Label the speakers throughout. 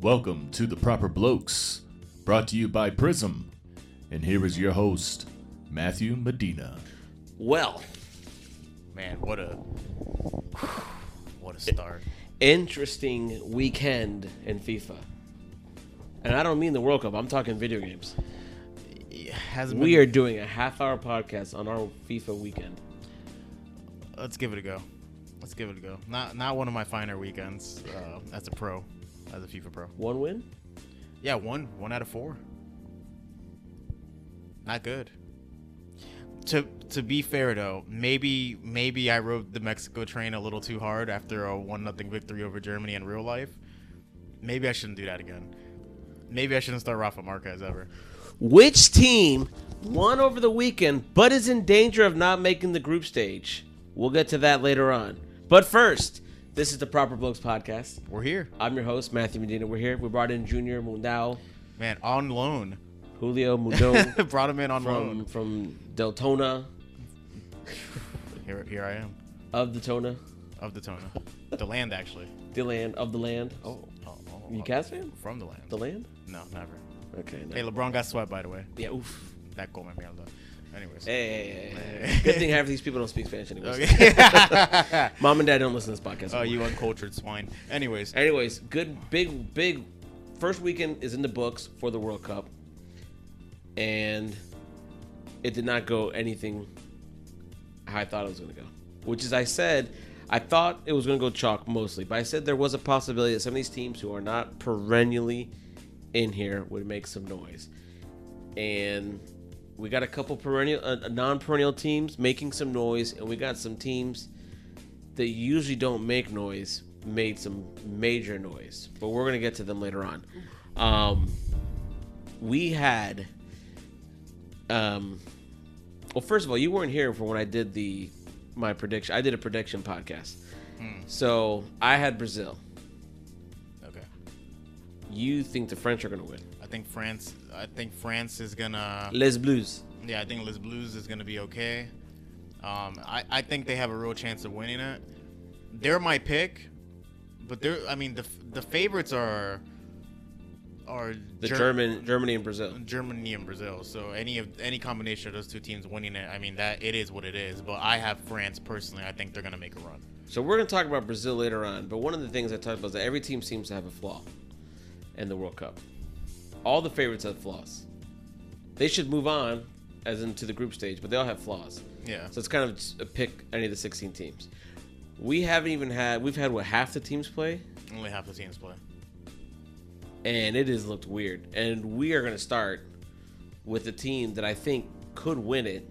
Speaker 1: Welcome to The Proper Blokes, brought to you by Prism. And here is your host, Matthew Medina.
Speaker 2: Well,
Speaker 3: Man, what a what a start.
Speaker 2: interesting weekend in FIFA. And I don't mean the World Cup, I'm talking video games.
Speaker 3: It hasn't
Speaker 2: We are doing a half hour podcast on our FIFA weekend.
Speaker 3: been- Let's give it a go. Let's give it a go. Not not one of my finer weekends uh, as a pro, as a FIFA pro.
Speaker 2: One win?
Speaker 3: Yeah, one one out of four. Not good. To to be fair though, maybe maybe I rode the Mexico train a little too hard after a one nothing victory over Germany in real life. Maybe I shouldn't do that again. Maybe I shouldn't start Rafa Marquez ever.
Speaker 2: Which team won over the weekend but is in danger of not making the group stage? We'll get to that later on. But first, this is the Proper Blokes podcast.
Speaker 3: We're here,
Speaker 2: I'm your host, Matthew Medina. We're here. We brought in Junior Mundao,
Speaker 3: man, on loan.
Speaker 2: Julio Mundon
Speaker 3: Brought him in on
Speaker 2: from,
Speaker 3: loan.
Speaker 2: from Deltona,
Speaker 3: Here here I am.
Speaker 2: of Deltona,
Speaker 3: Of Daytona. the land, actually.
Speaker 2: the land, of the land. Oh,
Speaker 3: Oh, oh,
Speaker 2: You
Speaker 3: oh.
Speaker 2: Cavs fan?
Speaker 3: From the land.
Speaker 2: the land?
Speaker 3: No, never.
Speaker 2: Okay.
Speaker 3: Hey, LeBron got swept, by the way.
Speaker 2: Yeah, oof.
Speaker 3: That goal, my mierda. Anyways.
Speaker 2: Hey, hey, hey, hey. Good thing half of these people don't speak Spanish anymore.
Speaker 3: Okay.
Speaker 2: Mom and dad don't listen to this podcast.
Speaker 3: oh,
Speaker 2: anymore.
Speaker 3: you uncultured swine. Anyways.
Speaker 2: Anyways, good, big, big. First weekend is in the books for the World Cup. And it did not go anything how I thought it was going to go. Which is, I said, I thought it was going to go chalk mostly, but I said there was a possibility that some of these teams who are not perennially in here would make some noise. And we got a couple perennial, uh, non-perennial teams making some noise, and we got some teams that usually don't make noise made some major noise. But we're gonna get to them later on. Um, we had, um, well, first of all, you weren't here for when I did the my prediction. I did a prediction podcast, so I had Brazil.
Speaker 3: Okay.
Speaker 2: You think the French are gonna win?
Speaker 3: I think France. I think France is gonna.
Speaker 2: Les Blues.
Speaker 3: Yeah, I think Les Blues is gonna be okay. Um, I, I think they have a real chance of winning it. They're my pick, but they're. I mean, the the favorites are. Are
Speaker 2: The
Speaker 3: Ger-
Speaker 2: German, Germany, and Brazil.
Speaker 3: Germany and Brazil. So any of any combination of those two teams winning it, I mean that it is what it is. But I have France personally. I think they're gonna make a run.
Speaker 2: So we're gonna talk about Brazil later on, but one of the things I talked about is that every team seems to have a flaw in the World Cup. All the favorites have flaws. They should move on, as into the group stage, but they all have flaws.
Speaker 3: Yeah.
Speaker 2: So it's kind of just a pick any of the 16 teams. We haven't even had we've had what half the teams play,
Speaker 3: Only half the teams play.
Speaker 2: and it has looked weird. And we are gonna start with a team that I think could win it,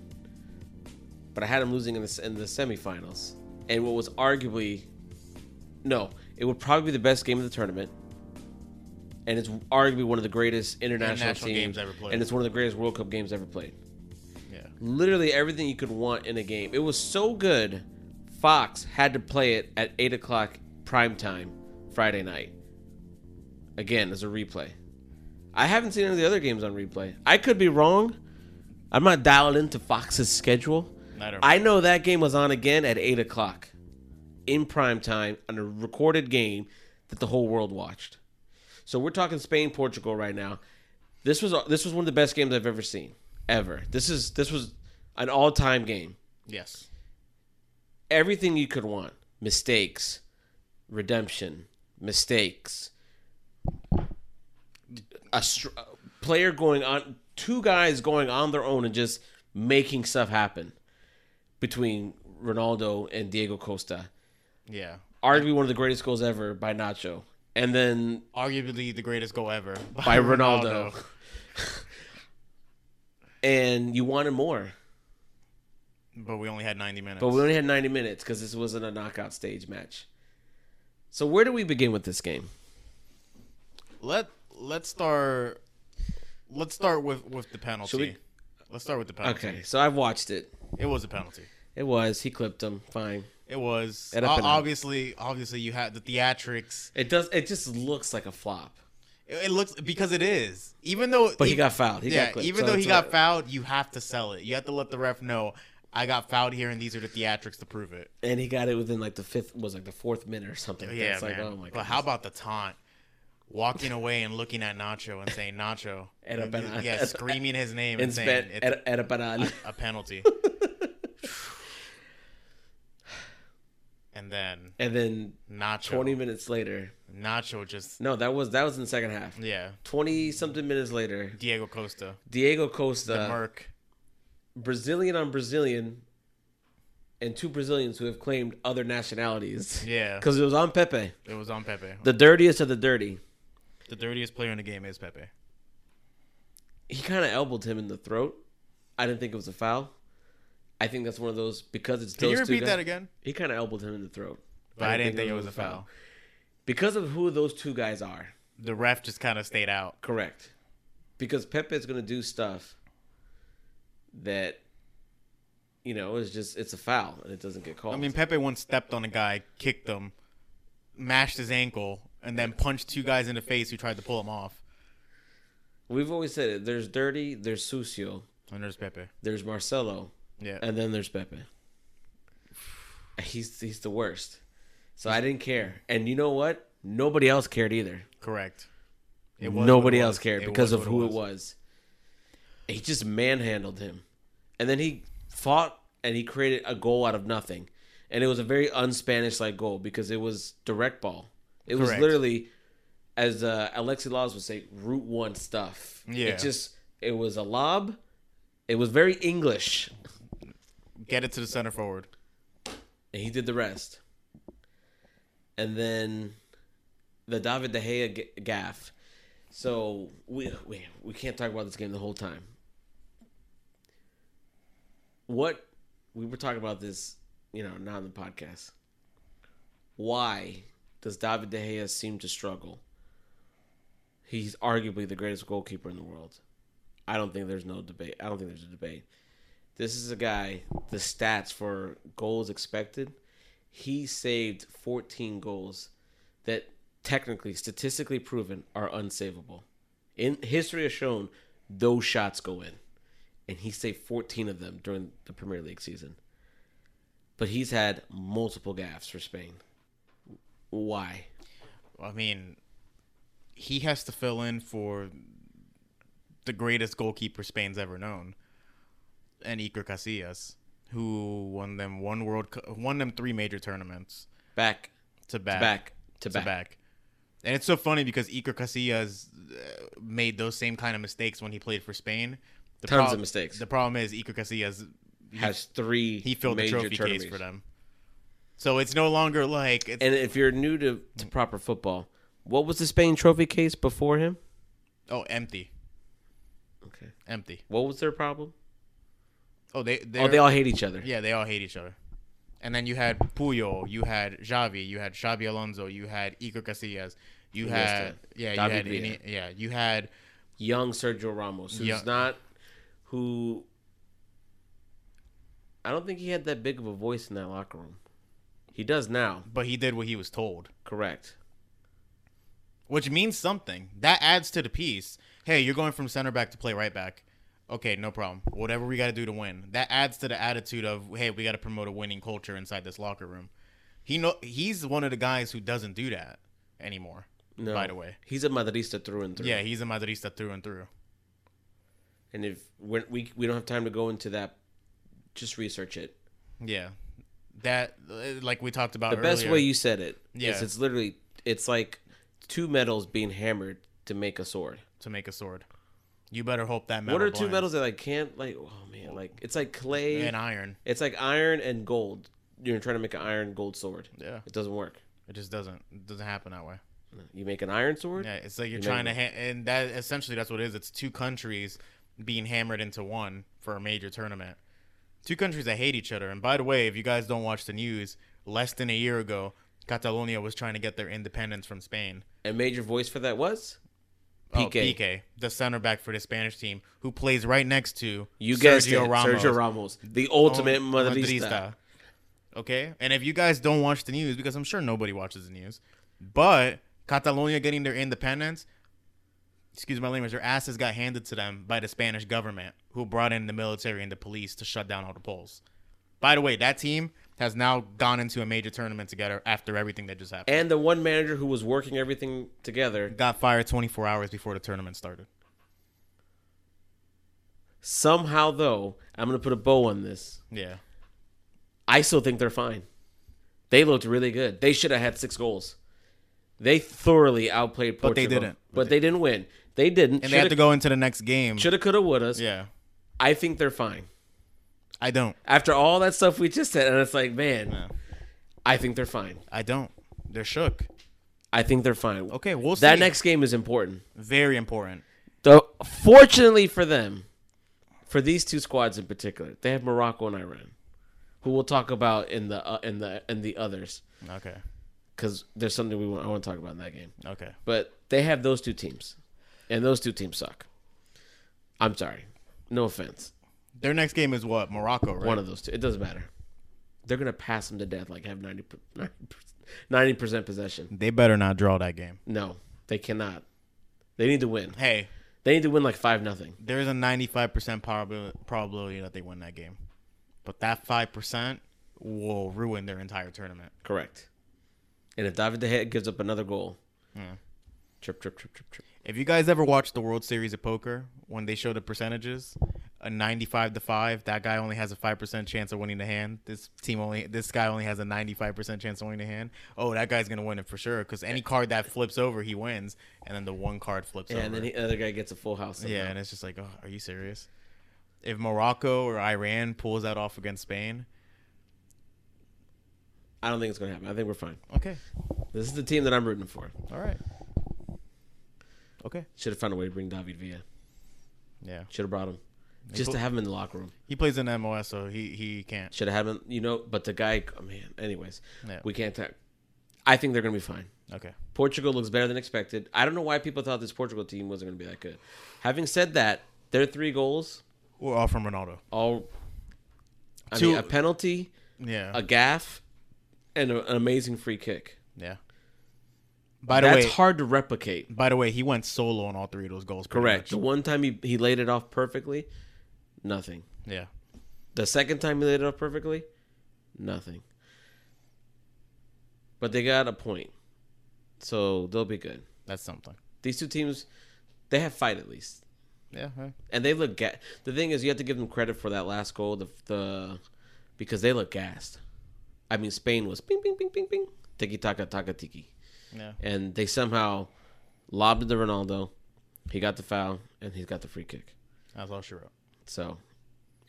Speaker 2: but I had them losing in the in the semifinals, and what was arguably no, it would probably be the best game of the tournament, and it's arguably one of the greatest international,
Speaker 3: International
Speaker 2: teams,
Speaker 3: games ever played.
Speaker 2: and it's one of the greatest World Cup games ever played.
Speaker 3: Yeah.
Speaker 2: Literally everything you could want in a game. It was so good. Fox had to play it at eight o'clock prime time Friday night. Again, as a replay. I haven't seen any of the other games on replay. I could be wrong. I'm not dialed into Fox's schedule.
Speaker 3: Neither.
Speaker 2: I know that game was on again at eight o'clock in prime time on a recorded game that the whole world watched. So we're talking Spain Portugal right now. This was this was one of the best games I've ever seen ever. This is this was an all time game.
Speaker 3: yes.
Speaker 2: Everything you could want mistakes, redemption, mistakes. A str- a player going on, two guys going on their own and just making stuff happen between Ronaldo and Diego Costa.
Speaker 3: Yeah.
Speaker 2: Arguably one of the greatest goals ever by Nacho. And then
Speaker 3: Arguably the greatest goal ever
Speaker 2: by Ronaldo. and you wanted more.
Speaker 3: But we only had 90 minutes.
Speaker 2: But we only had 90 minutes because this wasn't a knockout stage match. So where do we begin with this game?
Speaker 3: Let Let's start. Let's start with with the penalty.
Speaker 2: we-
Speaker 3: Let's start with the penalty.
Speaker 2: Okay, so I've watched it.
Speaker 3: It was a penalty.
Speaker 2: It was he clipped him. Fine.
Speaker 3: It was
Speaker 2: And a
Speaker 3: o-
Speaker 2: penalty.
Speaker 3: obviously obviously you had the theatrics.
Speaker 2: It does. It just looks like a flop.
Speaker 3: It, it looks because it is. Even though
Speaker 2: But he got fouled. He
Speaker 3: yeah,
Speaker 2: got clipped.
Speaker 3: even
Speaker 2: so
Speaker 3: though he
Speaker 2: it's
Speaker 3: got
Speaker 2: a-
Speaker 3: fouled, you have to sell it. You have to let the ref know I got fouled here, and these are the theatrics to prove it.
Speaker 2: and he got it within like the fifth was like the fourth minute or something.
Speaker 3: Yeah,
Speaker 2: It's like
Speaker 3: man.
Speaker 2: oh my god.
Speaker 3: But how about the taunt? walking away and looking at Nacho and saying Nacho,
Speaker 2: Era penal.
Speaker 3: yeah, screaming his name and
Speaker 2: And
Speaker 3: saying
Speaker 2: spent
Speaker 3: it's
Speaker 2: at, at a penal.
Speaker 3: a penalty. and then
Speaker 2: And then
Speaker 3: Nacho,
Speaker 2: 20 minutes later,
Speaker 3: Nacho just
Speaker 2: no, that was that was in the second half.
Speaker 3: yeah,
Speaker 2: 20 something minutes later,
Speaker 3: Diego Costa,
Speaker 2: Diego
Speaker 3: the
Speaker 2: Costa,
Speaker 3: Merc.
Speaker 2: Brazilian on Brazilian, and two Brazilians who have claimed other nationalities.
Speaker 3: Yeah,
Speaker 2: Because it was on Pepe,
Speaker 3: it was on Pepe.
Speaker 2: the dirtiest of the dirty.
Speaker 3: The dirtiest player in the game is Pepe.
Speaker 2: He kind of elbowed him in the throat. I didn't think it was a foul. I think that's one of those because it's
Speaker 3: Can
Speaker 2: those
Speaker 3: you
Speaker 2: two
Speaker 3: repeat
Speaker 2: guys-
Speaker 3: that again?
Speaker 2: He kind of elbowed him in the throat.
Speaker 3: But I didn't think it was a foul.
Speaker 2: because of who those two guys are.
Speaker 3: The ref just kind of stayed out.
Speaker 2: Correct. Because Pepe's going to do stuff that, you know, it's just, it's a foul and it doesn't get called.
Speaker 3: I mean, Pepe once stepped on a guy, kicked him, mashed his ankle, and then punched two guys in the face who tried to pull him off.
Speaker 2: we've always said it. There's Dirty, there's Sucio,
Speaker 3: And there's Pepe.
Speaker 2: there's Marcelo,
Speaker 3: Yeah.
Speaker 2: and then there's Pepe. He's, he's the worst. So I didn't care. And you know what? Nobody else cared either.
Speaker 3: Correct. It
Speaker 2: Nobody
Speaker 3: what it
Speaker 2: else cared
Speaker 3: It
Speaker 2: because
Speaker 3: was
Speaker 2: of
Speaker 3: what
Speaker 2: who it was. He just manhandled him. And then he fought and he created a goal out of nothing. And it was a very un-Spanish like goal because it was direct ball. It was
Speaker 3: Correct.
Speaker 2: literally as uh, Alexi Laws would say, route one stuff.
Speaker 3: Yeah.
Speaker 2: It just it was a lob. It was very English.
Speaker 3: Get it to the center forward.
Speaker 2: And he did the rest. And then the David De Gea g- gaff. So we, we we can't talk about this game the whole time. What we were talking about this, you know, not on the podcast. Why does David De Gea seem to struggle? He's arguably the greatest goalkeeper in the world. I don't think there's no debate. I don't think there's a debate. This is a guy, the stats for goals expected, he saved 14 goals that technically, statistically proven, are unsavable. In history has shown those shots go in. And he saved 14 of them during the Premier League season. But he's had multiple gaffes for Spain. Why?
Speaker 3: I mean, he has to fill in for the greatest goalkeeper Spain's ever known, and Iker Casillas, who won them one World, Cu- won them three major tournaments
Speaker 2: Back
Speaker 3: to
Speaker 2: to
Speaker 3: back.
Speaker 2: back to
Speaker 3: to
Speaker 2: back.
Speaker 3: back. And it's so funny because Iker Casillas uh, made those same kind of mistakes when he played for Spain. The
Speaker 2: Tons of mistakes.
Speaker 3: The problem is Iker Casillas
Speaker 2: Has three
Speaker 3: he filled the
Speaker 2: major
Speaker 3: trophy
Speaker 2: tournaments.
Speaker 3: case for them. So it's no longer like it's,
Speaker 2: And if you're new to, to proper football, what was the Spain trophy case before him?
Speaker 3: oh empty,
Speaker 2: Okay.
Speaker 3: empty.
Speaker 2: What was their problem?
Speaker 3: Oh they they
Speaker 2: Oh, they all hate each other.
Speaker 3: yeah they all hate each other. And then you had Puyol, you had Xavi, you had Xabi Alonso, you had Iker Casillas, you had
Speaker 2: Iniesta.
Speaker 3: yeah you
Speaker 2: David
Speaker 3: had
Speaker 2: Villa.
Speaker 3: Ini- yeah you had
Speaker 2: Young Sergio Ramos, who's
Speaker 3: Yeah.
Speaker 2: not who I don't think he had that big of a voice in that locker room. He does now,
Speaker 3: but he did what he was told.
Speaker 2: correct.
Speaker 3: which means something. That adds to the piece. Hey, you're going from center back to play right back. Okay, no problem. Whatever we got to do to win. That adds to the attitude of hey, we got to promote a winning culture inside this locker room. He know he's one of the guys who doesn't do that anymore.
Speaker 2: No.
Speaker 3: By the way,
Speaker 2: He's a Madridista through and through.
Speaker 3: yeah, he's a Madridista through and through.
Speaker 2: And if we're, we we don't have time to go into that, just research it.
Speaker 3: Yeah, that uh, like we talked about
Speaker 2: The best
Speaker 3: earlier.
Speaker 2: way you said it is
Speaker 3: Yeah.
Speaker 2: it's literally it's like two metals being hammered to make a sword.
Speaker 3: to make a sword. You better hope that metal.
Speaker 2: What are two
Speaker 3: blinds.
Speaker 2: metals that I can't like? Oh man, like it's like clay
Speaker 3: and iron?
Speaker 2: It's like iron and gold. You're trying to make an iron gold sword.
Speaker 3: Yeah,
Speaker 2: It doesn't work.
Speaker 3: it just doesn't it doesn't happen that way.
Speaker 2: You make an iron sword.
Speaker 3: Yeah, it's like you're
Speaker 2: You
Speaker 3: trying to,
Speaker 2: make
Speaker 3: ha- and that essentially that's what it is. It's two countries being hammered into one for a major tournament. Two countries that hate each other. And by the way, if you guys don't watch the news, less than a year ago, Catalonia was trying to get their independence from Spain.
Speaker 2: A major voice for that was
Speaker 3: Oh,
Speaker 2: Piqué.
Speaker 3: Piqué, the center back for the Spanish team, who plays right next to
Speaker 2: you guessed
Speaker 3: Sergio
Speaker 2: it,
Speaker 3: Ramos.
Speaker 2: Sergio Ramos, the ultimate
Speaker 3: Oh,
Speaker 2: Madridista.
Speaker 3: Madridista. Okay, and if you guys don't watch the news, because I'm sure nobody watches the news, but Catalonia getting their independence, excuse my language, their asses got handed to them by the Spanish government, who brought in the military and the police to shut down all the polls. By the way, that team has now gone into a major tournament together after everything that just happened.
Speaker 2: And the one manager who was working everything together,
Speaker 3: Got fired 24 hours before the tournament started.
Speaker 2: somehow though, I'm gonna put a bow on this.
Speaker 3: Yeah.
Speaker 2: I still think they're fine. They looked really good. They should have had six goals. They thoroughly outplayed Portugal,
Speaker 3: But they didn't.
Speaker 2: But they didn't win. They didn't.
Speaker 3: And they had to go into the next game.
Speaker 2: Shoulda, coulda, wouldas.
Speaker 3: Yeah.
Speaker 2: I think they're fine.
Speaker 3: I don't.
Speaker 2: After all that stuff we just said, and it's like, man,
Speaker 3: Yeah.
Speaker 2: I think they're fine.
Speaker 3: I don't. They're shook.
Speaker 2: I think they're fine.
Speaker 3: Okay, we'll see.
Speaker 2: That next game is important.
Speaker 3: very important.
Speaker 2: Though, fortunately for them, for these two squads in particular, they have Morocco and Iran, who we'll talk about in the uh, in the in the others
Speaker 3: Okay.
Speaker 2: because there's something we want, I want to talk about in that game.
Speaker 3: Okay.
Speaker 2: But they have those two teams, and those two teams suck. I'm sorry, no offense.
Speaker 3: Their next game is what? Morocco, right?
Speaker 2: One of those two, it doesn't matter. They're gonna pass them to death. Like have 90 90 percent possession.
Speaker 3: they better not draw that game.
Speaker 2: No, they cannot. They need to win.
Speaker 3: Hey,
Speaker 2: They need to win like five nothing.
Speaker 3: there is a 95% prob- probability that they win that game. But that 5% will ruin their entire tournament.
Speaker 2: Correct. And if David De Gea gives up another goal, trip, trip, trip, trip, trip.
Speaker 3: If you guys ever watched the World Series of Poker, when they show the percentages, a 95 to 5, that guy only has a 5% chance of winning the hand. This team only this guy only has a 95% chance of winning the hand. Oh, that guy's going to win it for sure cuz any card that flips over, he wins, and then the one card flips
Speaker 2: Yeah,
Speaker 3: over.
Speaker 2: and then the other guy gets a full house. somehow.
Speaker 3: Yeah, and it's just like, oh, are you serious? If Morocco or Iran pulls that off against Spain,
Speaker 2: I don't think it's gonna happen. I think we're fine.
Speaker 3: okay,
Speaker 2: This is the team that I'm rooting for.
Speaker 3: all right, okay,
Speaker 2: Should have found a way to bring David Villa.
Speaker 3: yeah.
Speaker 2: Should have brought him, just to have him in the locker room.
Speaker 3: He plays in MOS, so he he can't.
Speaker 2: Should have had him. You know, but the guy. Oh man. Anyways,
Speaker 3: Yeah.
Speaker 2: we can't. Talk. I think they're gonna be fine.
Speaker 3: Okay,
Speaker 2: Portugal looks better than expected. I don't know why people thought this Portugal team wasn't gonna be that good. Having said that, their three goals
Speaker 3: we're all from Ronaldo.
Speaker 2: all. I
Speaker 3: Two-
Speaker 2: mean, a penalty,
Speaker 3: Yeah,
Speaker 2: a gaff, and a, an amazing free kick.
Speaker 3: yeah. By the
Speaker 2: That's
Speaker 3: way,
Speaker 2: hard to replicate.
Speaker 3: by the way, he went solo on all three of those goals. pretty
Speaker 2: Correct. The
Speaker 3: much.
Speaker 2: one time he, he laid it off perfectly, nothing.
Speaker 3: Yeah,
Speaker 2: The second time he laid it off perfectly, nothing. But they got a point. So they'll be good.
Speaker 3: that's something.
Speaker 2: These two teams, they have fight at least.
Speaker 3: Yeah, yeah.
Speaker 2: And they look ga- the thing is you have to give them credit for that last goal, the the because they look gassed. I mean Spain was ping ping ping ping ping. Tiki taka taka tiki.
Speaker 3: yeah.
Speaker 2: and they somehow lobbed it to Ronaldo. He got the foul and he's got the free kick.
Speaker 3: That's all she wrote.
Speaker 2: So,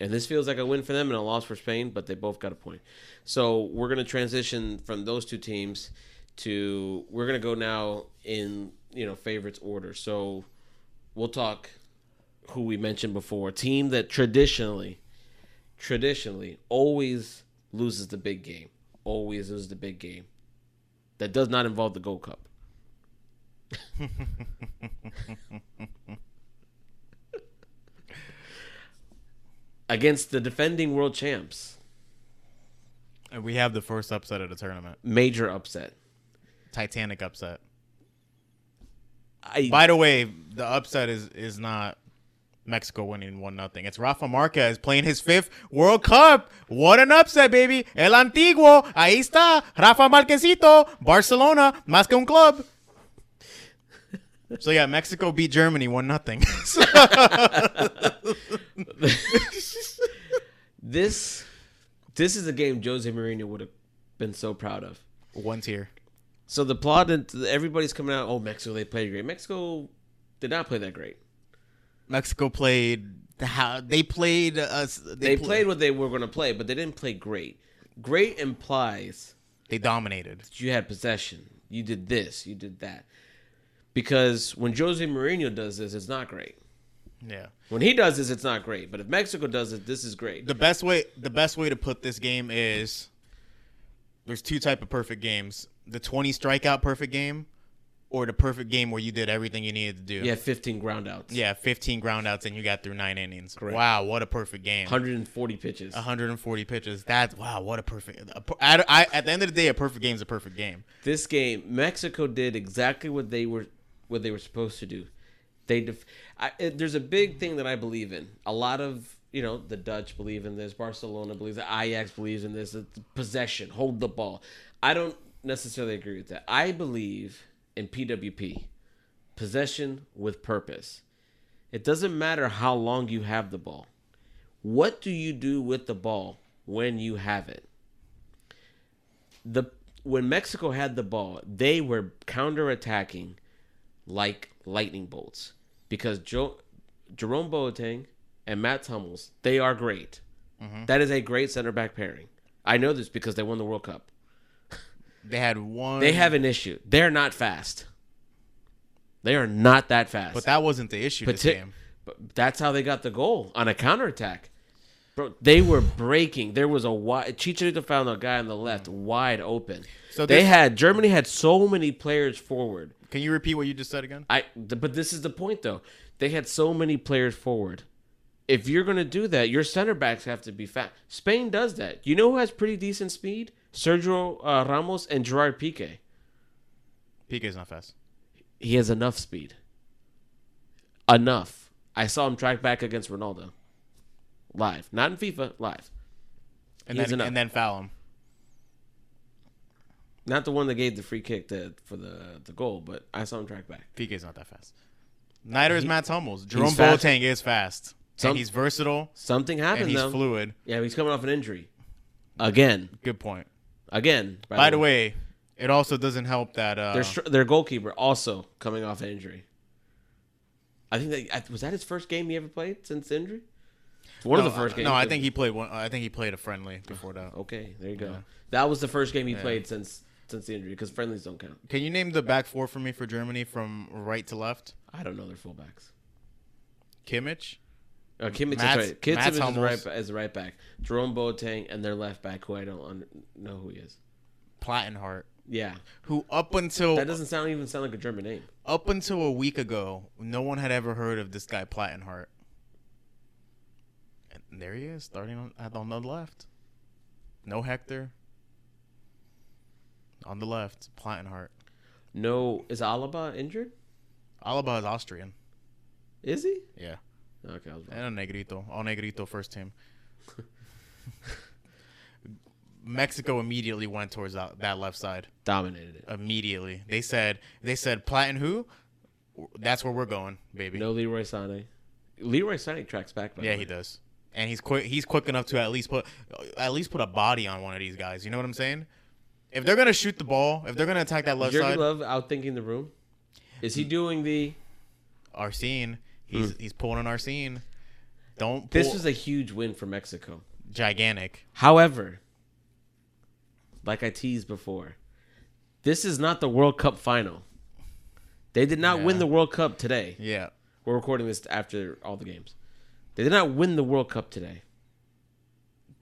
Speaker 2: and this feels like a win for them and a loss for Spain, but they both got a point. So we're gonna transition from those two teams to we're gonna go now in you know favorites order. So we'll talk who we mentioned before, a team that traditionally, traditionally always loses the big game, always loses the big game that does not involve the Gold Cup. Against the defending world champs,
Speaker 3: And we have the first upset of the tournament.
Speaker 2: major upset.
Speaker 3: Titanic upset.
Speaker 2: I
Speaker 3: By the way, the upset is is not Mexico winning one nothing. It's Rafa Marquez playing his fifth World Cup. What an upset, baby! El Antiguo, ahí está Rafa Marquezito, Barcelona, más que un club. So yeah, Mexico beat Germany one nothing.
Speaker 2: this this is a game Jose Mourinho would have been so proud of.
Speaker 3: one tier.
Speaker 2: So the plot and everybody's coming out. Oh, Mexico, they played great. Mexico did not play that great.
Speaker 3: Mexico played how they played us.
Speaker 2: They, played what they were going to play, but they didn't play great. Great implies
Speaker 3: They dominated.
Speaker 2: that you had possession. You did this. You did that. Because when Jose Mourinho does this, it's not great.
Speaker 3: Yeah.
Speaker 2: When he does this, it's not great. But if Mexico does it, this is great.
Speaker 3: the best way the best way to put this game is there's two type of perfect games the 20 strikeout perfect game or the perfect game where you did everything you needed to do
Speaker 2: yeah, 15 groundouts.
Speaker 3: yeah 15 groundouts and you got through nine innings wow what a perfect game
Speaker 2: 140 pitches.
Speaker 3: 140 pitches that wow what a perfect a per- at, I, at the end of the day a perfect game is a perfect game
Speaker 2: this game mexico did exactly what they were what they were supposed to do they def- I, it, there's a big thing that i believe in a lot of you know, the Dutch believe in this, Barcelona believes that Ajax believes in this, it's possession, hold the ball. I don't necessarily agree with that. I believe in PWP, possession with purpose. It doesn't matter how long you have the ball. What do you do with the ball when you have it? The when Mexico had the ball, they were counterattacking like lightning bolts because jo- Jerome Boateng and Matt Hummels, they are great. That is a great center back pairing. I know this because they won the World Cup.
Speaker 3: They had one.
Speaker 2: They have an issue. They're not fast. They are not that fast.
Speaker 3: but that wasn't the issue this
Speaker 2: Parti-
Speaker 3: game.
Speaker 2: But that's how they got the goal on a counterattack. Bro, they were breaking. There was a wide. Chicharito found a guy on the left wide open.
Speaker 3: So
Speaker 2: So they
Speaker 3: this-
Speaker 2: had Germany had so many players forward.
Speaker 3: Can you repeat what you just said again?
Speaker 2: I th- but this is the point though. They had so many players forward. If you're going to do that, your center backs have to be fast. Spain does that. You know who has pretty decent speed? Sergio uh, Ramos and Gerard Piqué.
Speaker 3: PK's not fast.
Speaker 2: He has enough speed. Enough. I saw him track back against Ronaldo. Live. Not in FIFA, live.
Speaker 3: And
Speaker 2: He has
Speaker 3: then,
Speaker 2: enough.
Speaker 3: and then foul him.
Speaker 2: Not the one that gave the free kick to, for the the goal, but I saw him track back.
Speaker 3: PK's not that fast. Neither is Matt Hummels. Jerome
Speaker 2: fast.
Speaker 3: Boateng is fast.
Speaker 2: Some-
Speaker 3: and he's versatile.
Speaker 2: Something
Speaker 3: And
Speaker 2: happened
Speaker 3: he's
Speaker 2: though.
Speaker 3: fluid.
Speaker 2: yeah, he's coming off an injury. Again.
Speaker 3: Good point.
Speaker 2: Again.
Speaker 3: By the way, it also doesn't help that uh,
Speaker 2: Their str- their goalkeeper also coming off an injury. I think that I- was that his first game he ever played since the injury. It's one
Speaker 3: no, uh,
Speaker 2: of the first Oh. games.
Speaker 3: No, I think he played one. I think he played a friendly before that.
Speaker 2: Okay, there you go. That was the first game he played since since the injury because friendlies don't count.
Speaker 3: Can you name the back four for me for Germany from right to left?
Speaker 2: I don't know their fullbacks.
Speaker 3: Kimmich,
Speaker 2: Uh, Kimmich
Speaker 3: Mats-
Speaker 2: is right. Kimmich
Speaker 3: Mats
Speaker 2: is the
Speaker 3: Hummels.
Speaker 2: right ba- is the right back. Jerome Boateng and their left back, who I don't un- know who he is.
Speaker 3: Plattenhart,
Speaker 2: Yeah,
Speaker 3: who up until
Speaker 2: that doesn't sound even sound like a German name.
Speaker 3: up until a week ago, no one had ever heard of this guy Plattenhart. And there he is, starting on, at- on the left. No Hector. On the left, Plattenhart.
Speaker 2: No, is Alaba injured?
Speaker 3: Alaba is Austrian.
Speaker 2: Is he?
Speaker 3: Yeah.
Speaker 2: Okay, I was wrong.
Speaker 3: And a Negrito. All Negrito first team. Mexico immediately went towards that, that left side.
Speaker 2: Dominated it.
Speaker 3: Immediately. They said, they said, Platten who? That's where we're going, baby.
Speaker 2: No Leroy Sané. Leroy Sané tracks back. By the
Speaker 3: Yeah,
Speaker 2: way.
Speaker 3: he does. And he's quick. He's quick enough to at least put at least put a body on one of these guys. You know what I'm saying? If they're gonna shoot the ball, if they're gonna attack that left
Speaker 2: Is Jerry
Speaker 3: side,
Speaker 2: Love
Speaker 3: Mm.
Speaker 2: outthinking the room? Is he doing the?
Speaker 3: Arsene, he's he's pulling on Arsene. Don't pull
Speaker 2: Hmm. This was a huge win for Mexico.
Speaker 3: gigantic.
Speaker 2: However, like I teased before, this is not the World Cup final. They did not win
Speaker 3: Yeah.
Speaker 2: the World Cup today.
Speaker 3: Yeah,
Speaker 2: We're recording this after all the games. They did not win the World Cup today.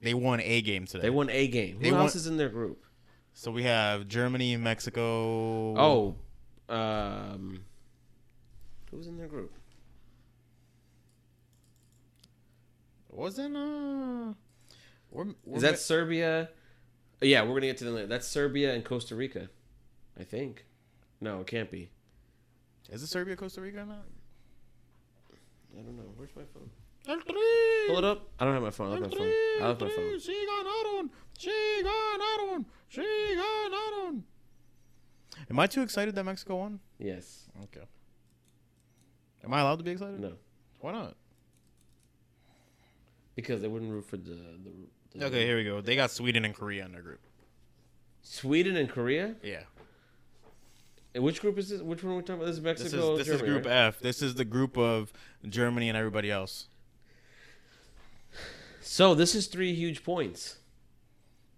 Speaker 3: they won a game today.
Speaker 2: They won a game. Who
Speaker 3: They won-
Speaker 2: else is in their group?
Speaker 3: so we have Germany, Mexico.
Speaker 2: Oh, um, who's in their group?
Speaker 3: wasn't uh. We're, we're
Speaker 2: Is that Serbia? Yeah, we're gonna get to them later. That's Serbia and Costa Rica, I think. No, it can't be.
Speaker 3: is it Serbia, Costa Rica, or not?
Speaker 2: I don't know. Where's my phone?
Speaker 3: El Tri,
Speaker 2: Pull it up. I don't have my phone. I
Speaker 3: El
Speaker 2: left my
Speaker 3: Tri,
Speaker 2: phone. I
Speaker 3: El
Speaker 2: left my
Speaker 3: Tri,
Speaker 2: phone.
Speaker 3: ganaron, sí ganaron, sí ganaron. Am I too excited that Mexico won?
Speaker 2: Yes.
Speaker 3: Okay. Am I allowed to be excited?
Speaker 2: No.
Speaker 3: Why not?
Speaker 2: Because they wouldn't root for the, the, the
Speaker 3: Okay, here we go. They got Sweden and Korea in their group.
Speaker 2: Sweden and Korea.
Speaker 3: Yeah.
Speaker 2: And which group is this? Which one are we talking about? This is
Speaker 3: This
Speaker 2: Mexico.
Speaker 3: is this
Speaker 2: Germany,
Speaker 3: is group
Speaker 2: right?
Speaker 3: F. This is the group of Germany and everybody else.
Speaker 2: So this is three huge points.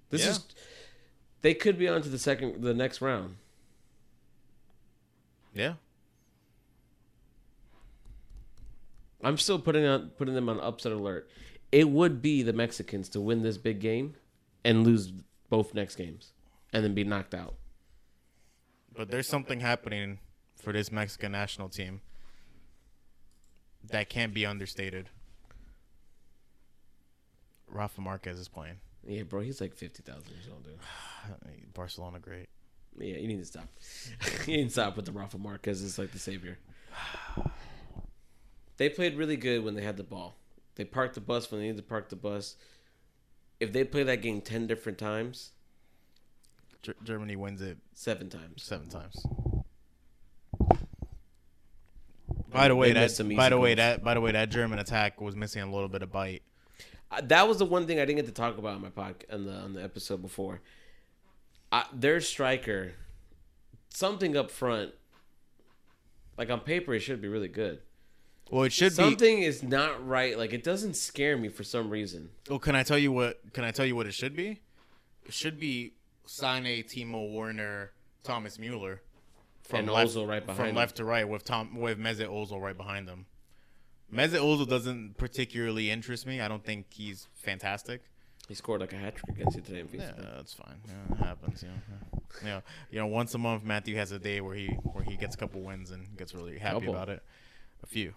Speaker 2: This
Speaker 3: Yeah.
Speaker 2: is they could be on to the second the next round.
Speaker 3: Yeah.
Speaker 2: I'm still putting on putting them on upset alert. It would be the Mexicans to win this big game and lose both next games and then be knocked out.
Speaker 3: But there's something happening for this Mexican national team that can't be understated. Rafa Marquez is playing.
Speaker 2: Yeah, bro, he's like 50,000 years old, dude.
Speaker 3: Barcelona great.
Speaker 2: Yeah, you need to stop. you need to stop with the Rafa Marquez. It's like the savior. They played really good when they had the ball. They park the bus when they need to park the bus. If they play that game ten different times,
Speaker 3: Ger- Germany wins it
Speaker 2: seven times.
Speaker 3: seven times. By the way,
Speaker 2: They missed
Speaker 3: that
Speaker 2: some
Speaker 3: by
Speaker 2: easy
Speaker 3: the way
Speaker 2: goals.
Speaker 3: that by the way that German attack was missing a little bit of bite.
Speaker 2: I- Uh, that was the one thing I didn't get to talk about on my podcast on the on the episode before. I, their striker, something up front. Like on paper, it should be really good.
Speaker 3: Well, it should be.
Speaker 2: Something is not right. Like it doesn't scare me for some reason.
Speaker 3: Well, can I tell you what? Can I tell you what it should be? It should be Sane, Timo Werner, Thomas Mueller, from
Speaker 2: And
Speaker 3: left,
Speaker 2: Ozil right behind
Speaker 3: from
Speaker 2: him.
Speaker 3: left to right with Tom with Mesut Ozil right behind them. Mesut Ozil doesn't particularly interest me. I don't think he's fantastic.
Speaker 2: He scored like a hat trick against you today. In
Speaker 3: Yeah,
Speaker 2: yeah.
Speaker 3: that's fine. Yeah, it happens. Yeah, yeah. yeah. You know, once a month, Matthew has a day where he where he gets a couple wins and gets really happy
Speaker 2: Couple.
Speaker 3: about it. A few.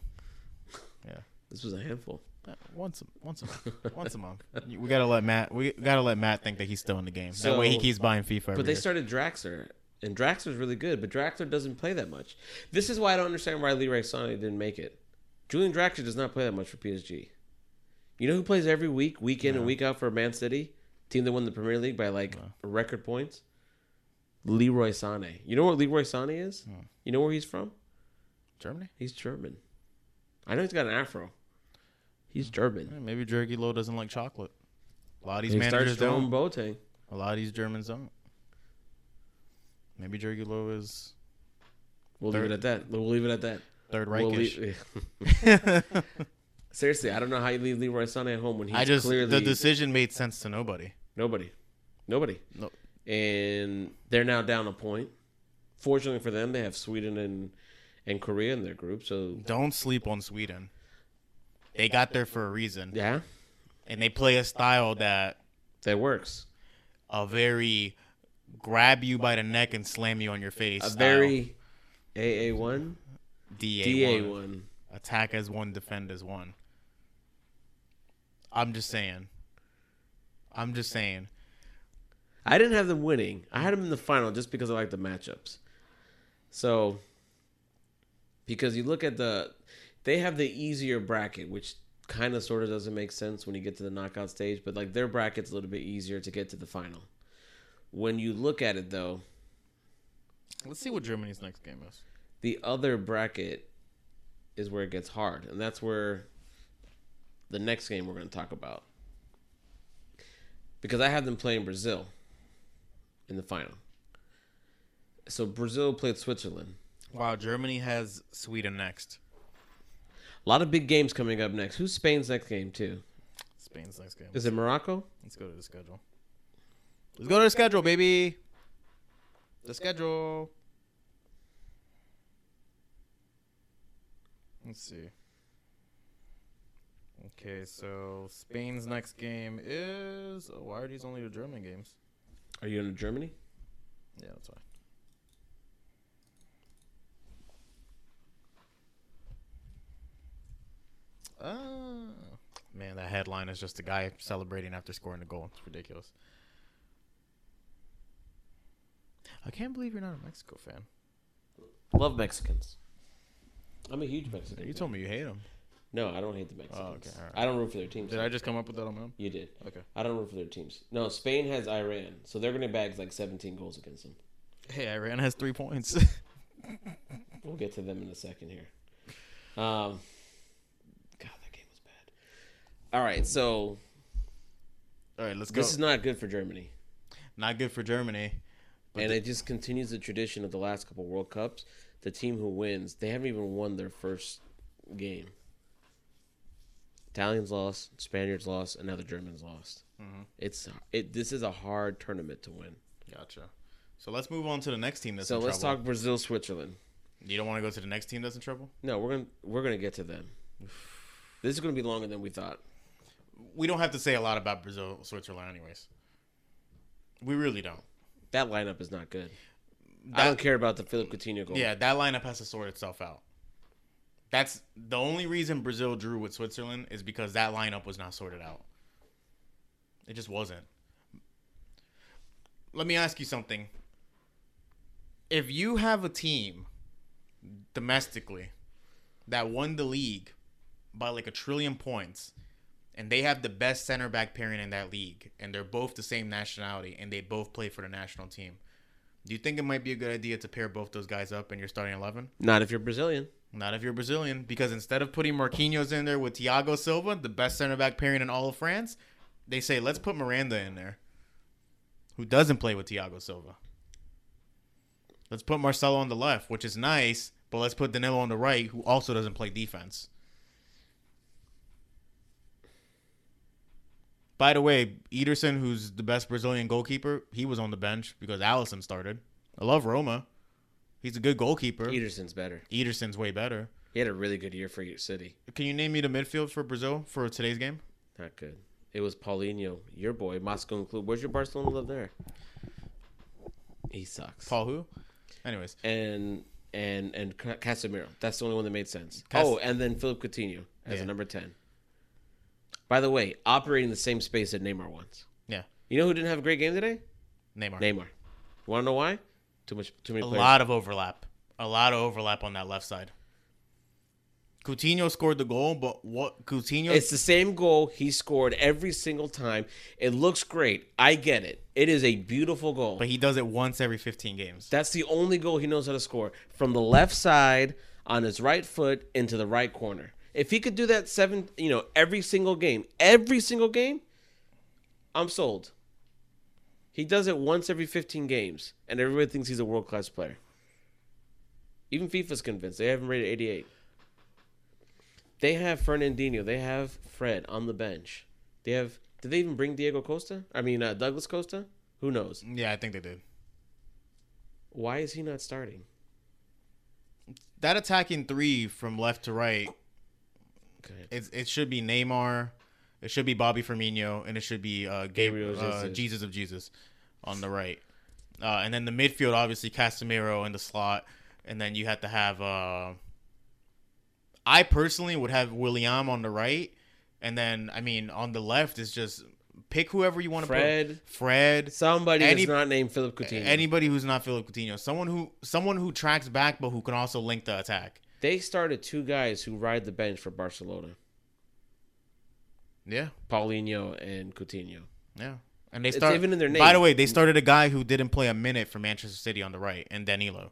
Speaker 3: Yeah.
Speaker 2: This was a handful.
Speaker 3: Uh, Once, a, once a month, once a month. We gotta let Matt. We gotta let Matt think that he's still in the game. that way, he
Speaker 2: So-
Speaker 3: keeps buying FIFA. Every
Speaker 2: But they
Speaker 3: year.
Speaker 2: started Draxler, and Draxler's really good, but Draxler doesn't play that much. This is why I don't understand why Leroy Sané didn't make it. Julian Draxler does not play that much for PSG. You know who plays every week, week in and week out for Man City, team that won the Premier League by like record points? Leroy Sané. You know what Leroy Sané is? You know where he's from?
Speaker 3: Germany.
Speaker 2: He's German. I know he's got an afro. He's German.
Speaker 3: Yeah, maybe Jerky Low doesn't like chocolate. A lot of these
Speaker 2: He starts
Speaker 3: managers
Speaker 2: Jerome
Speaker 3: don't.
Speaker 2: Boateng.
Speaker 3: A lot of these Germans don't. Maybe Jerky Low is
Speaker 2: We'll leave it at that. We'll leave it at that.
Speaker 3: third
Speaker 2: We'll
Speaker 3: Reichish.
Speaker 2: leave- Seriously, I don't know how you leave Leroy Sané at home when he's
Speaker 3: I just
Speaker 2: clearly
Speaker 3: the decision made sense to nobody.
Speaker 2: nobody, nobody,
Speaker 3: No,
Speaker 2: and they're now down a point. Fortunately for them, they have Sweden and and Korea in their group. So
Speaker 3: don't sleep on Sweden. They got there for a reason,
Speaker 2: yeah,
Speaker 3: and they play a style that
Speaker 2: that works.
Speaker 3: a very grab you by the neck and slam you on your face.
Speaker 2: A
Speaker 3: style.
Speaker 2: very AA one, DA
Speaker 3: DA one.
Speaker 2: one.
Speaker 3: Attack as one, defend as one. I'm just saying. I'm just saying.
Speaker 2: I didn't have them winning. I had them in the final just because I like the matchups. So, because you look at the, they have the easier bracket, which kind of sort of doesn't make sense when you get to the knockout stage, but like their bracket's a little bit easier to get to the final. When you look at it though,
Speaker 3: Let's see what Germany's next game is.
Speaker 2: the other bracket is where it gets hard, and that's where the next game we're going to talk about. Because I have them playing Brazil in the final. So Brazil played Switzerland.
Speaker 3: Wow, Germany has Sweden next.
Speaker 2: A lot of big games coming up next. Who's Spain's next game too?
Speaker 3: Spain's next game.
Speaker 2: Is it Morocco?
Speaker 3: Let's go to the schedule. Let's go to the schedule, baby. The schedule. Let's see. Okay, so Spain's next game is. Oh, why are these only the German games?
Speaker 2: Are you in Germany?
Speaker 3: Yeah, that's why. Ah, man, that headline is just a guy celebrating after scoring a goal. It's ridiculous. I can't believe you're not a Mexico fan.
Speaker 2: Love Mexicans. I'm a huge Mexican.
Speaker 3: You told me you hate him.
Speaker 2: no, I don't hate the Mexicans.
Speaker 3: okay, all right.
Speaker 2: I don't root for their teams.
Speaker 3: Did I just come up with that on my own?
Speaker 2: You did.
Speaker 3: Okay.
Speaker 2: I don't root for their teams. No, Spain has Iran, so they're going to bag like 17 goals against them.
Speaker 3: Hey, Iran has three points.
Speaker 2: We'll get to them in a second here. Um, God, that game was bad. All right, so
Speaker 3: All right, let's go.
Speaker 2: this is not good for Germany,
Speaker 3: not good for Germany.
Speaker 2: and it just continues the tradition of the last couple World Cups. The team who wins, they haven't even won their first game. Italians lost, Spaniards lost, and now the Germans lost.
Speaker 3: Mm-hmm.
Speaker 2: It's it. This is a hard tournament to win.
Speaker 3: Gotcha. So let's move on to the next team that's
Speaker 2: So
Speaker 3: in
Speaker 2: let's
Speaker 3: trouble.
Speaker 2: talk Brazil, Switzerland.
Speaker 3: You don't want to go to the next team that's in trouble?
Speaker 2: No, we're gonna we're gonna get to them. This is gonna be longer than we thought.
Speaker 3: we don't have to say a lot about Brazil, Switzerland, anyways. We really don't.
Speaker 2: That lineup is not good. I don't care about the Philip Coutinho goal.
Speaker 3: Yeah, that lineup has to sort itself out. That's the only reason Brazil drew with Switzerland is because that lineup was not sorted out. It just wasn't. Let me ask you something. If you have a team domestically that won the league by like a trillion points and they have the best center back pairing in that league, and they're both the same nationality, and they both play for the national team. Do you think it might be a good idea to pair both those guys up in your starting eleven?
Speaker 2: Not if you're Brazilian.
Speaker 3: Not if you're Brazilian, because instead of putting Marquinhos in there with Thiago Silva, the best center back pairing in all of France, they say let's put Miranda in there, who doesn't play with Thiago Silva. Let's put Marcelo on the left, which is nice, but let's put Danilo on the right, who also doesn't play defense. By the way, Ederson, who's the best Brazilian goalkeeper, he was on the bench because Allison started. I love Roma. He's a good goalkeeper.
Speaker 2: Ederson's better.
Speaker 3: Ederson's way better.
Speaker 2: He had a really good year for your city.
Speaker 3: Can you name me the midfield for Brazil for today's game?
Speaker 2: Not good. It was Paulinho, your boy, Moscow included. Where's your Barcelona love there? He sucks.
Speaker 3: Paul who? Anyways,
Speaker 2: and and and Ca- Casemiro. That's the only one that made sense.
Speaker 3: Cas-
Speaker 2: oh, and then Philip Coutinho as
Speaker 3: Yeah.
Speaker 2: a number ten. By the way, operating the same space that Neymar wants.
Speaker 3: yeah,
Speaker 2: You know who didn't have a great game today?
Speaker 3: Neymar.
Speaker 2: Neymar. Want to know why? Too much. Too many
Speaker 3: a
Speaker 2: players.
Speaker 3: lot of overlap. A lot of overlap on that left side. Coutinho scored the goal, but what Coutinho?
Speaker 2: It's the same goal he scored every single time. It looks great. I get it. It is a beautiful goal.
Speaker 3: but he does it once every 15 games.
Speaker 2: That's the only goal he knows how to score from the left side on his right foot into the right corner. If he could do that seven, you know, every single game, every single game, I'm sold. He does it once every 15 games, and everybody thinks he's a world class player. Even FIFA's convinced they have him rated 88. They have Fernandinho. They have Fred on the bench. They have. Did they even bring Diego Costa? I mean, uh, Douglas Costa? Who knows?
Speaker 3: Yeah, I think they did.
Speaker 2: Why is he not starting?
Speaker 3: That attacking three from left to right,
Speaker 2: Go ahead.
Speaker 3: it's, it should be Neymar, it should be Bobby Firmino, and it should be uh, Gabriel
Speaker 2: Gabriel
Speaker 3: uh,
Speaker 2: Jesus.
Speaker 3: Jesus of Jesus on the right. Uh, and then the midfield, obviously Casemiro in the slot, and then you have to have. Uh, I personally would have William on the right, and then I mean on the left is just pick whoever you want to
Speaker 2: Fred.
Speaker 3: put. Fred,
Speaker 2: Somebody
Speaker 3: Any-
Speaker 2: that's not named Philip Coutinho.
Speaker 3: anybody who's not Philip Coutinho, someone who someone who tracks back but who can also link the attack.
Speaker 2: they started two guys who ride the bench for Barcelona,
Speaker 3: Yeah,
Speaker 2: Paulinho and Coutinho.
Speaker 3: Yeah. And they
Speaker 2: It's
Speaker 3: start
Speaker 2: even in their name.
Speaker 3: By the way, they started a guy who didn't play a minute for Manchester City on the right, and Danilo.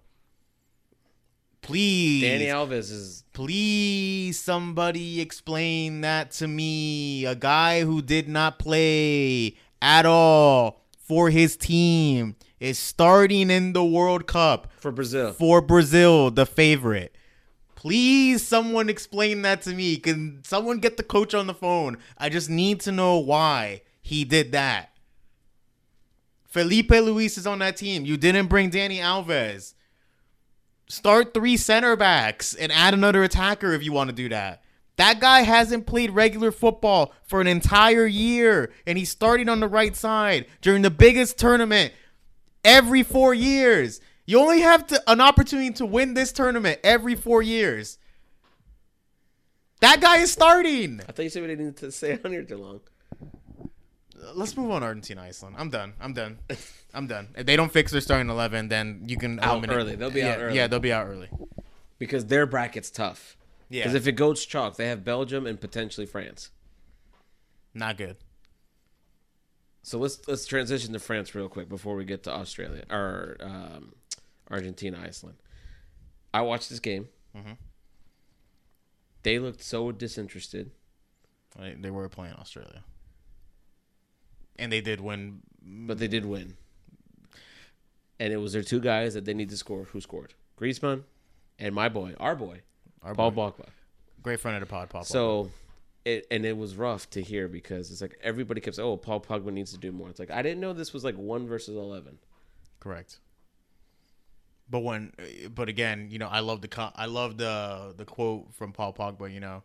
Speaker 3: Please,
Speaker 2: Danny Alves is
Speaker 3: please, somebody explain that to me. A guy who did not play at all for his team is starting in the World Cup
Speaker 2: for Brazil.
Speaker 3: for Brazil, the favorite. Please, someone explain that to me. Can someone get the coach on the phone? I just need to know why he did that. Felipe Luis is on that team. You didn't bring Danny Alves. Start three center backs and add another attacker if you want to do that. That guy hasn't played regular football for an entire year, and he's starting on the right side during the biggest tournament every four years. You only have to, an opportunity to win this tournament every four years. That guy is starting.
Speaker 2: I thought you said we didn't need to stay on here too long.
Speaker 3: Let's move on Argentina, Iceland. I'm done. I'm done. I'm done. If they don't fix their starting eleven, then you can
Speaker 2: Out
Speaker 3: eliminate-
Speaker 2: early. They'll be out
Speaker 3: Yeah,
Speaker 2: early.
Speaker 3: Yeah, they'll be out early.
Speaker 2: Because their bracket's tough.
Speaker 3: Yeah,
Speaker 2: Because if it goes chalk, they have Belgium and potentially France.
Speaker 3: not good.
Speaker 2: So let's let's transition to France real quick before we get to Australia or um, Argentina, Iceland. I watched this game.
Speaker 3: Mm-hmm.
Speaker 2: They looked so disinterested.
Speaker 3: They- They were playing Australia, and they did win.
Speaker 2: but they did win. And it was their two guys that they need to score who scored. Griezmann and my boy, our boy,
Speaker 3: Our
Speaker 2: Paul
Speaker 3: boy-
Speaker 2: Pogba.
Speaker 3: great friend of the pod, Paul. Pogba.
Speaker 2: So it and it was rough to hear because it's like everybody kept saying, "Oh, Paul Pogba needs to do more." It's like I didn't know this was like 1 versus 11.
Speaker 3: Correct. But when, but again, you know, I love the co- I love the the quote from Paul Pogba. You know,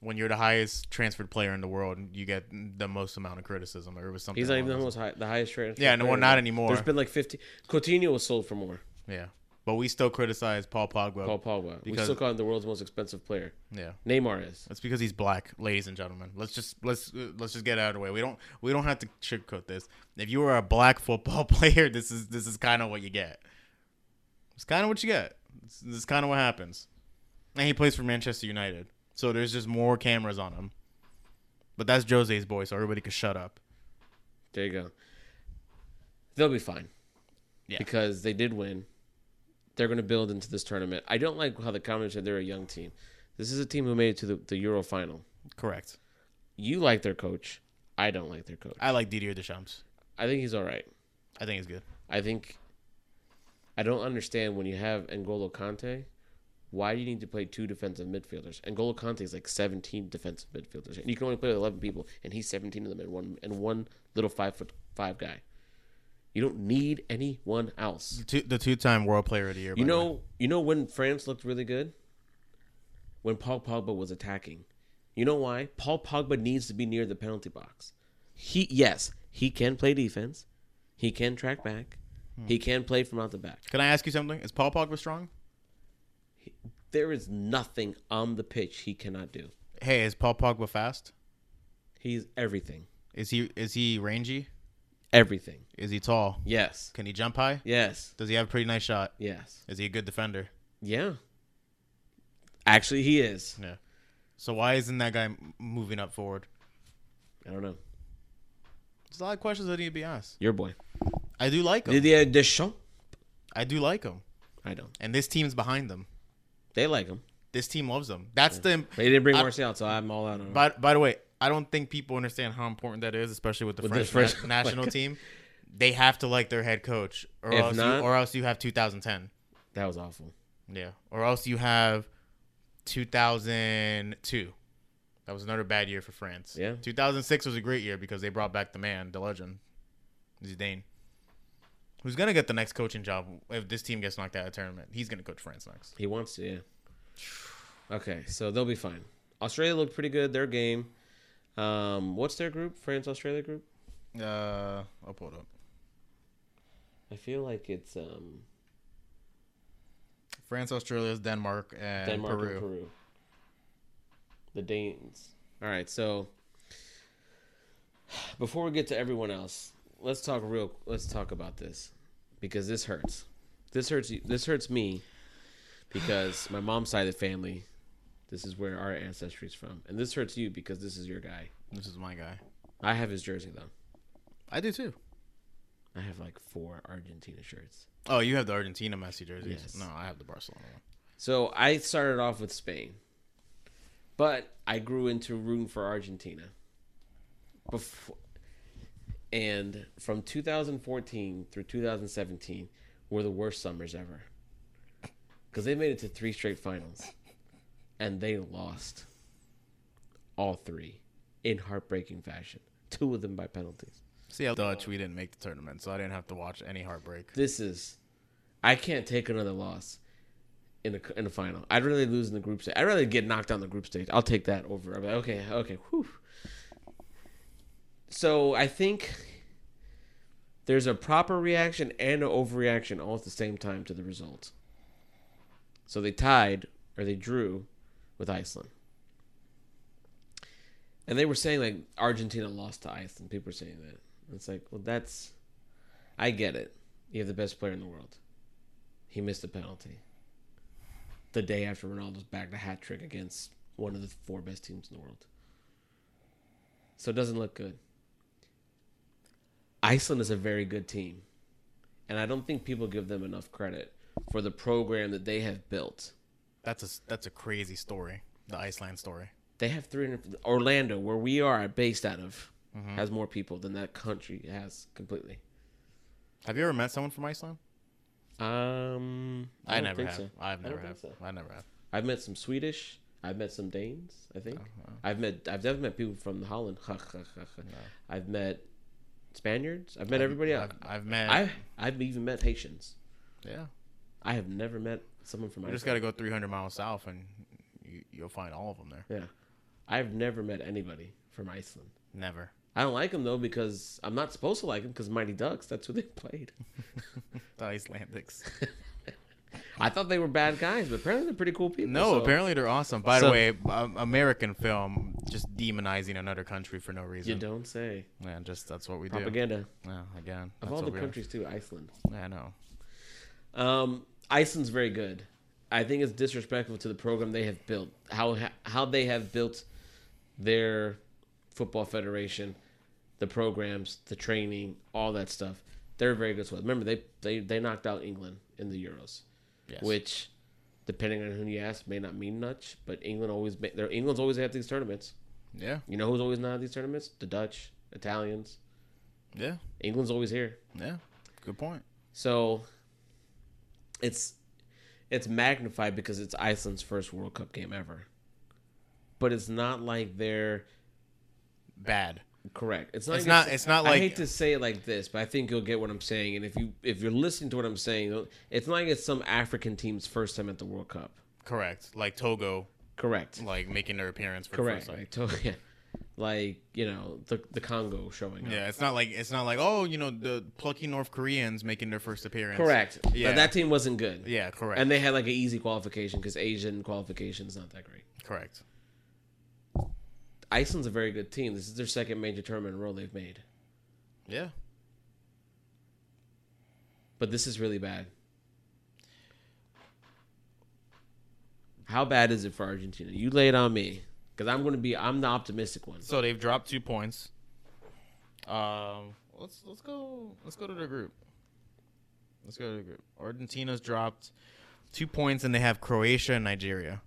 Speaker 3: when you're the highest transferred player in the world, you get the most amount of criticism, or it was something.
Speaker 2: He's not
Speaker 3: along
Speaker 2: even the most
Speaker 3: those-
Speaker 2: high, the highest rated.
Speaker 3: Yeah, no,
Speaker 2: player.
Speaker 3: well, not anymore.
Speaker 2: There's been like 50 Coutinho was sold for more.
Speaker 3: Yeah, but we still criticize Paul Pogba.
Speaker 2: Paul Pogba. we
Speaker 3: Oh, Because-
Speaker 2: still call him the world's most expensive player.
Speaker 3: yeah,
Speaker 2: Neymar is.
Speaker 3: that's because he's black, ladies and gentlemen. Let's just let's uh, let's just get out of the way. We don't we don't have to sugarcoat this. If you are a black football player, this is this is kind of what you get. It's kind of what you get. It's, this is kind of what happens. And he plays for Manchester United, so there's just more cameras on him. But that's Jose's boy, so everybody could shut up.
Speaker 2: There you go. They'll be fine.
Speaker 3: Yeah.
Speaker 2: Because they did win. They're going to build into this tournament. I don't like how the comments said they're a young team. This is a team who made it to the, the Euro final.
Speaker 3: Correct.
Speaker 2: You like their coach. I don't like their coach.
Speaker 3: I like Didier Deschamps.
Speaker 2: I think he's all right.
Speaker 3: I think he's good.
Speaker 2: I think I don't understand when you have N'Golo Conte, why do you need to play two defensive midfielders? N'Golo Conte is like 17 defensive midfielders, and you can only play with 11 people, and he's 17 of them, and one and one little five foot five guy. You don't need anyone else.
Speaker 3: The two, the two-time World Player of the Year.
Speaker 2: You
Speaker 3: by the way.
Speaker 2: know, you know when France looked really good, when Paul Pogba was attacking. You know why? Paul Pogba needs to be near the penalty box. He yes, he can play defense. He can track back. He can play from out the back.
Speaker 3: Can I ask you something? Is Paul Pogba strong?
Speaker 2: There is nothing on the pitch he cannot do.
Speaker 3: Hey, is Paul Pogba fast?
Speaker 2: He's everything.
Speaker 3: Is he is he rangy?
Speaker 2: Everything.
Speaker 3: Is he tall?
Speaker 2: Yes.
Speaker 3: Can he jump high?
Speaker 2: Yes.
Speaker 3: Does he have a pretty nice shot?
Speaker 2: Yes.
Speaker 3: Is he a good defender?
Speaker 2: Yeah. Actually, he is.
Speaker 3: Yeah. So why isn't that guy m- moving up forward?
Speaker 2: I don't know.
Speaker 3: There's a lot of questions that need to be asked.
Speaker 2: Your boy.
Speaker 3: I do like him.
Speaker 2: Didier Deschamps?
Speaker 3: I do like him.
Speaker 2: I don't.
Speaker 3: And this team's behind them.
Speaker 2: They like him.
Speaker 3: This team loves them. That's the.
Speaker 2: They didn't bring
Speaker 3: I-
Speaker 2: Martial, so I'm all out on him.
Speaker 3: By, by the way, I don't think people understand how important that is, especially with the
Speaker 2: With the
Speaker 3: French,
Speaker 2: French-
Speaker 3: na- national team. They have to like their head coach, or
Speaker 2: If
Speaker 3: else
Speaker 2: not-
Speaker 3: you, or else you have 2010.
Speaker 2: That was awful.
Speaker 3: Yeah, or else you have 2002. That was another bad year for France.
Speaker 2: Yeah.
Speaker 3: 2006 was a great year because they brought back the man, the legend, Zidane, who's gonna get the next coaching job if this team gets knocked out of the tournament. He's gonna coach France next.
Speaker 2: He wants to, yeah. Okay, so they'll be fine. Australia looked pretty good. Their game. Um, what's their group? France Australia group?
Speaker 3: Uh, I'll pull it up.
Speaker 2: I feel like it's um,
Speaker 3: France, Australia, Denmark, and
Speaker 2: Denmark
Speaker 3: Peru.
Speaker 2: and Peru. The Danes. All right, so before we get to everyone else, let's talk real. Let's talk about this because this hurts. This hurts. you- This hurts me because my mom's side of the family. This is where our ancestry is from, and this hurts you because this is your guy.
Speaker 3: This is my guy.
Speaker 2: I have his jersey though.
Speaker 3: I do too.
Speaker 2: I have like four Argentina shirts.
Speaker 3: Oh, you have the Argentina Messi jerseys.
Speaker 2: Yes.
Speaker 3: No, I have the Barcelona one.
Speaker 2: So I started off with Spain, but I grew into rooting for Argentina. Before, and from 2014 through 2017 were the worst summers ever, because they made it to three straight finals, and they lost all three in heartbreaking fashion. Two of them by penalties.
Speaker 3: See, I Dutch. We didn't make the tournament, so I didn't have to watch any heartbreak.
Speaker 2: this is I can't take another loss in the in the final. I'd rather lose in the group stage. I'd rather get knocked down the group stage. I'll take that over. I'm like, okay, okay, whew. So I think there's a proper reaction and an overreaction all at the same time to the result. So they tied or they drew with Iceland. And they were saying like Argentina lost to Iceland. People were saying that. It's like, well that's I get it. You have the best player in the world. He missed the penalty. The day after Ronaldo's bagged a hat trick against one of the four best teams in the world. So it doesn't look good. Iceland is a very good team. And I don't think people give them enough credit for the program that they have built.
Speaker 3: That's a that's a crazy story. The Iceland story.
Speaker 2: They have 300. Orlando, where we are based out of,
Speaker 3: Mm-hmm.
Speaker 2: has more people than that country has completely.
Speaker 3: Have you ever met someone from Iceland?
Speaker 2: Um,
Speaker 3: I,
Speaker 2: don't
Speaker 3: never
Speaker 2: think
Speaker 3: have.
Speaker 2: so.
Speaker 3: I've
Speaker 2: I
Speaker 3: never
Speaker 2: don't
Speaker 3: have.
Speaker 2: think so.
Speaker 3: I never have.
Speaker 2: I've met some Swedish. I've met some Danes. I think
Speaker 3: Uh-huh.
Speaker 2: I've met. I've definitely met people from Holland. I've met Spaniards. I've met everybody else.
Speaker 3: I've, I've met.
Speaker 2: I've, I've even met Haitians.
Speaker 3: yeah.
Speaker 2: I have never met someone from.
Speaker 3: You just got
Speaker 2: Iceland.
Speaker 3: to go 300 miles south, and you, you'll find all of them there.
Speaker 2: Yeah, I've never met anybody from Iceland.
Speaker 3: Never.
Speaker 2: I don't like them though because I'm not supposed to like them because Mighty Ducks. That's who they played.
Speaker 3: The Icelandics.
Speaker 2: I thought they were bad guys, but apparently they're pretty cool people.
Speaker 3: No,
Speaker 2: so-
Speaker 3: apparently they're awesome. By
Speaker 2: So-
Speaker 3: the way, um, American film just demonizing another country for no
Speaker 2: you
Speaker 3: reason.
Speaker 2: don't say
Speaker 3: Yeah, just that's what we
Speaker 2: propaganda
Speaker 3: do. Yeah, again.
Speaker 2: of
Speaker 3: that's
Speaker 2: all
Speaker 3: what
Speaker 2: the
Speaker 3: we are.
Speaker 2: countries too. Iceland.
Speaker 3: Yeah, I know.
Speaker 2: Um, Iceland's very good. I think it's disrespectful to the program they have built. How how they have built their Football Federation, the programs, the training, all that stuff. They're a very good squad. Remember, they they they knocked out England in the Euros,
Speaker 3: Yes.
Speaker 2: which, depending on who you ask, may not mean much. But England always ma- they're England's always at these tournaments.
Speaker 3: Yeah.
Speaker 2: You know who's always not at these tournaments? The Dutch, Italians.
Speaker 3: Yeah.
Speaker 2: England's always here.
Speaker 3: Yeah. Good point.
Speaker 2: So it's it's magnified because it's Iceland's first World Cup game ever. But it's not like they're
Speaker 3: Bad.
Speaker 2: correct. It's not.
Speaker 3: It's
Speaker 2: like
Speaker 3: not- it's not
Speaker 2: I
Speaker 3: like-
Speaker 2: hate to say it like this, but I think you'll get what I'm saying. And if you if you're listening to what I'm saying, it's not like it's some African team's first time at the World Cup.
Speaker 3: Correct. Like Togo,
Speaker 2: Correct.
Speaker 3: like making their appearance for
Speaker 2: correct.
Speaker 3: the first time.
Speaker 2: Like, to- yeah. like you know the the Congo showing up.
Speaker 3: Yeah, it's not like it's not like oh, you know, the plucky North Koreans making their first appearance.
Speaker 2: Correct. Yeah.
Speaker 3: Yeah.
Speaker 2: that team wasn't good.
Speaker 3: Yeah, correct.
Speaker 2: And they had like an easy qualification because Asian qualification's not that great.
Speaker 3: correct.
Speaker 2: Iceland's a very good team. This is their second major tournament in a row they've made.
Speaker 3: Yeah.
Speaker 2: But this is really bad. How bad is it for Argentina? You lay it on me. Because I'm going to be, I'm the optimistic one.
Speaker 3: So they've dropped two points. Um, let's let's go let's go to the group. Let's go to the group. Argentina's dropped two points, and they have Croatia and Nigeria.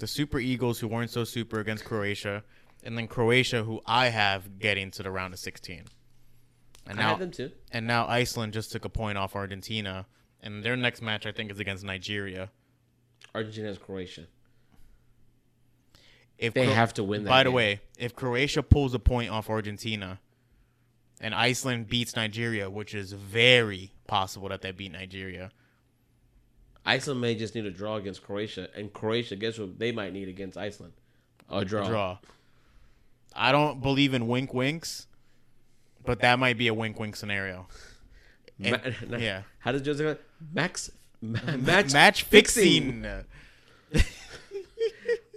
Speaker 3: The Super Eagles, who weren't so super against Croatia, and then Croatia, who I have getting to the round of sixteen. And
Speaker 2: I
Speaker 3: now
Speaker 2: had them too.
Speaker 3: and now Iceland just took a point off Argentina, and their next match I think is against Nigeria.
Speaker 2: Argentina is Croatia.
Speaker 3: If
Speaker 2: They
Speaker 3: Cro-
Speaker 2: have to win that.
Speaker 3: By the
Speaker 2: game.
Speaker 3: way, if Croatia pulls a point off Argentina and Iceland beats Nigeria, which is very possible that they beat Nigeria,
Speaker 2: Iceland may just need a draw against Croatia. And Croatia, guess what they might need against Iceland? A draw.
Speaker 3: draw. I don't believe in wink winks, but that might be a wink wink scenario.
Speaker 2: Ma-
Speaker 3: yeah.
Speaker 2: How does Jose go? Max. ma- match,
Speaker 3: Match fixing.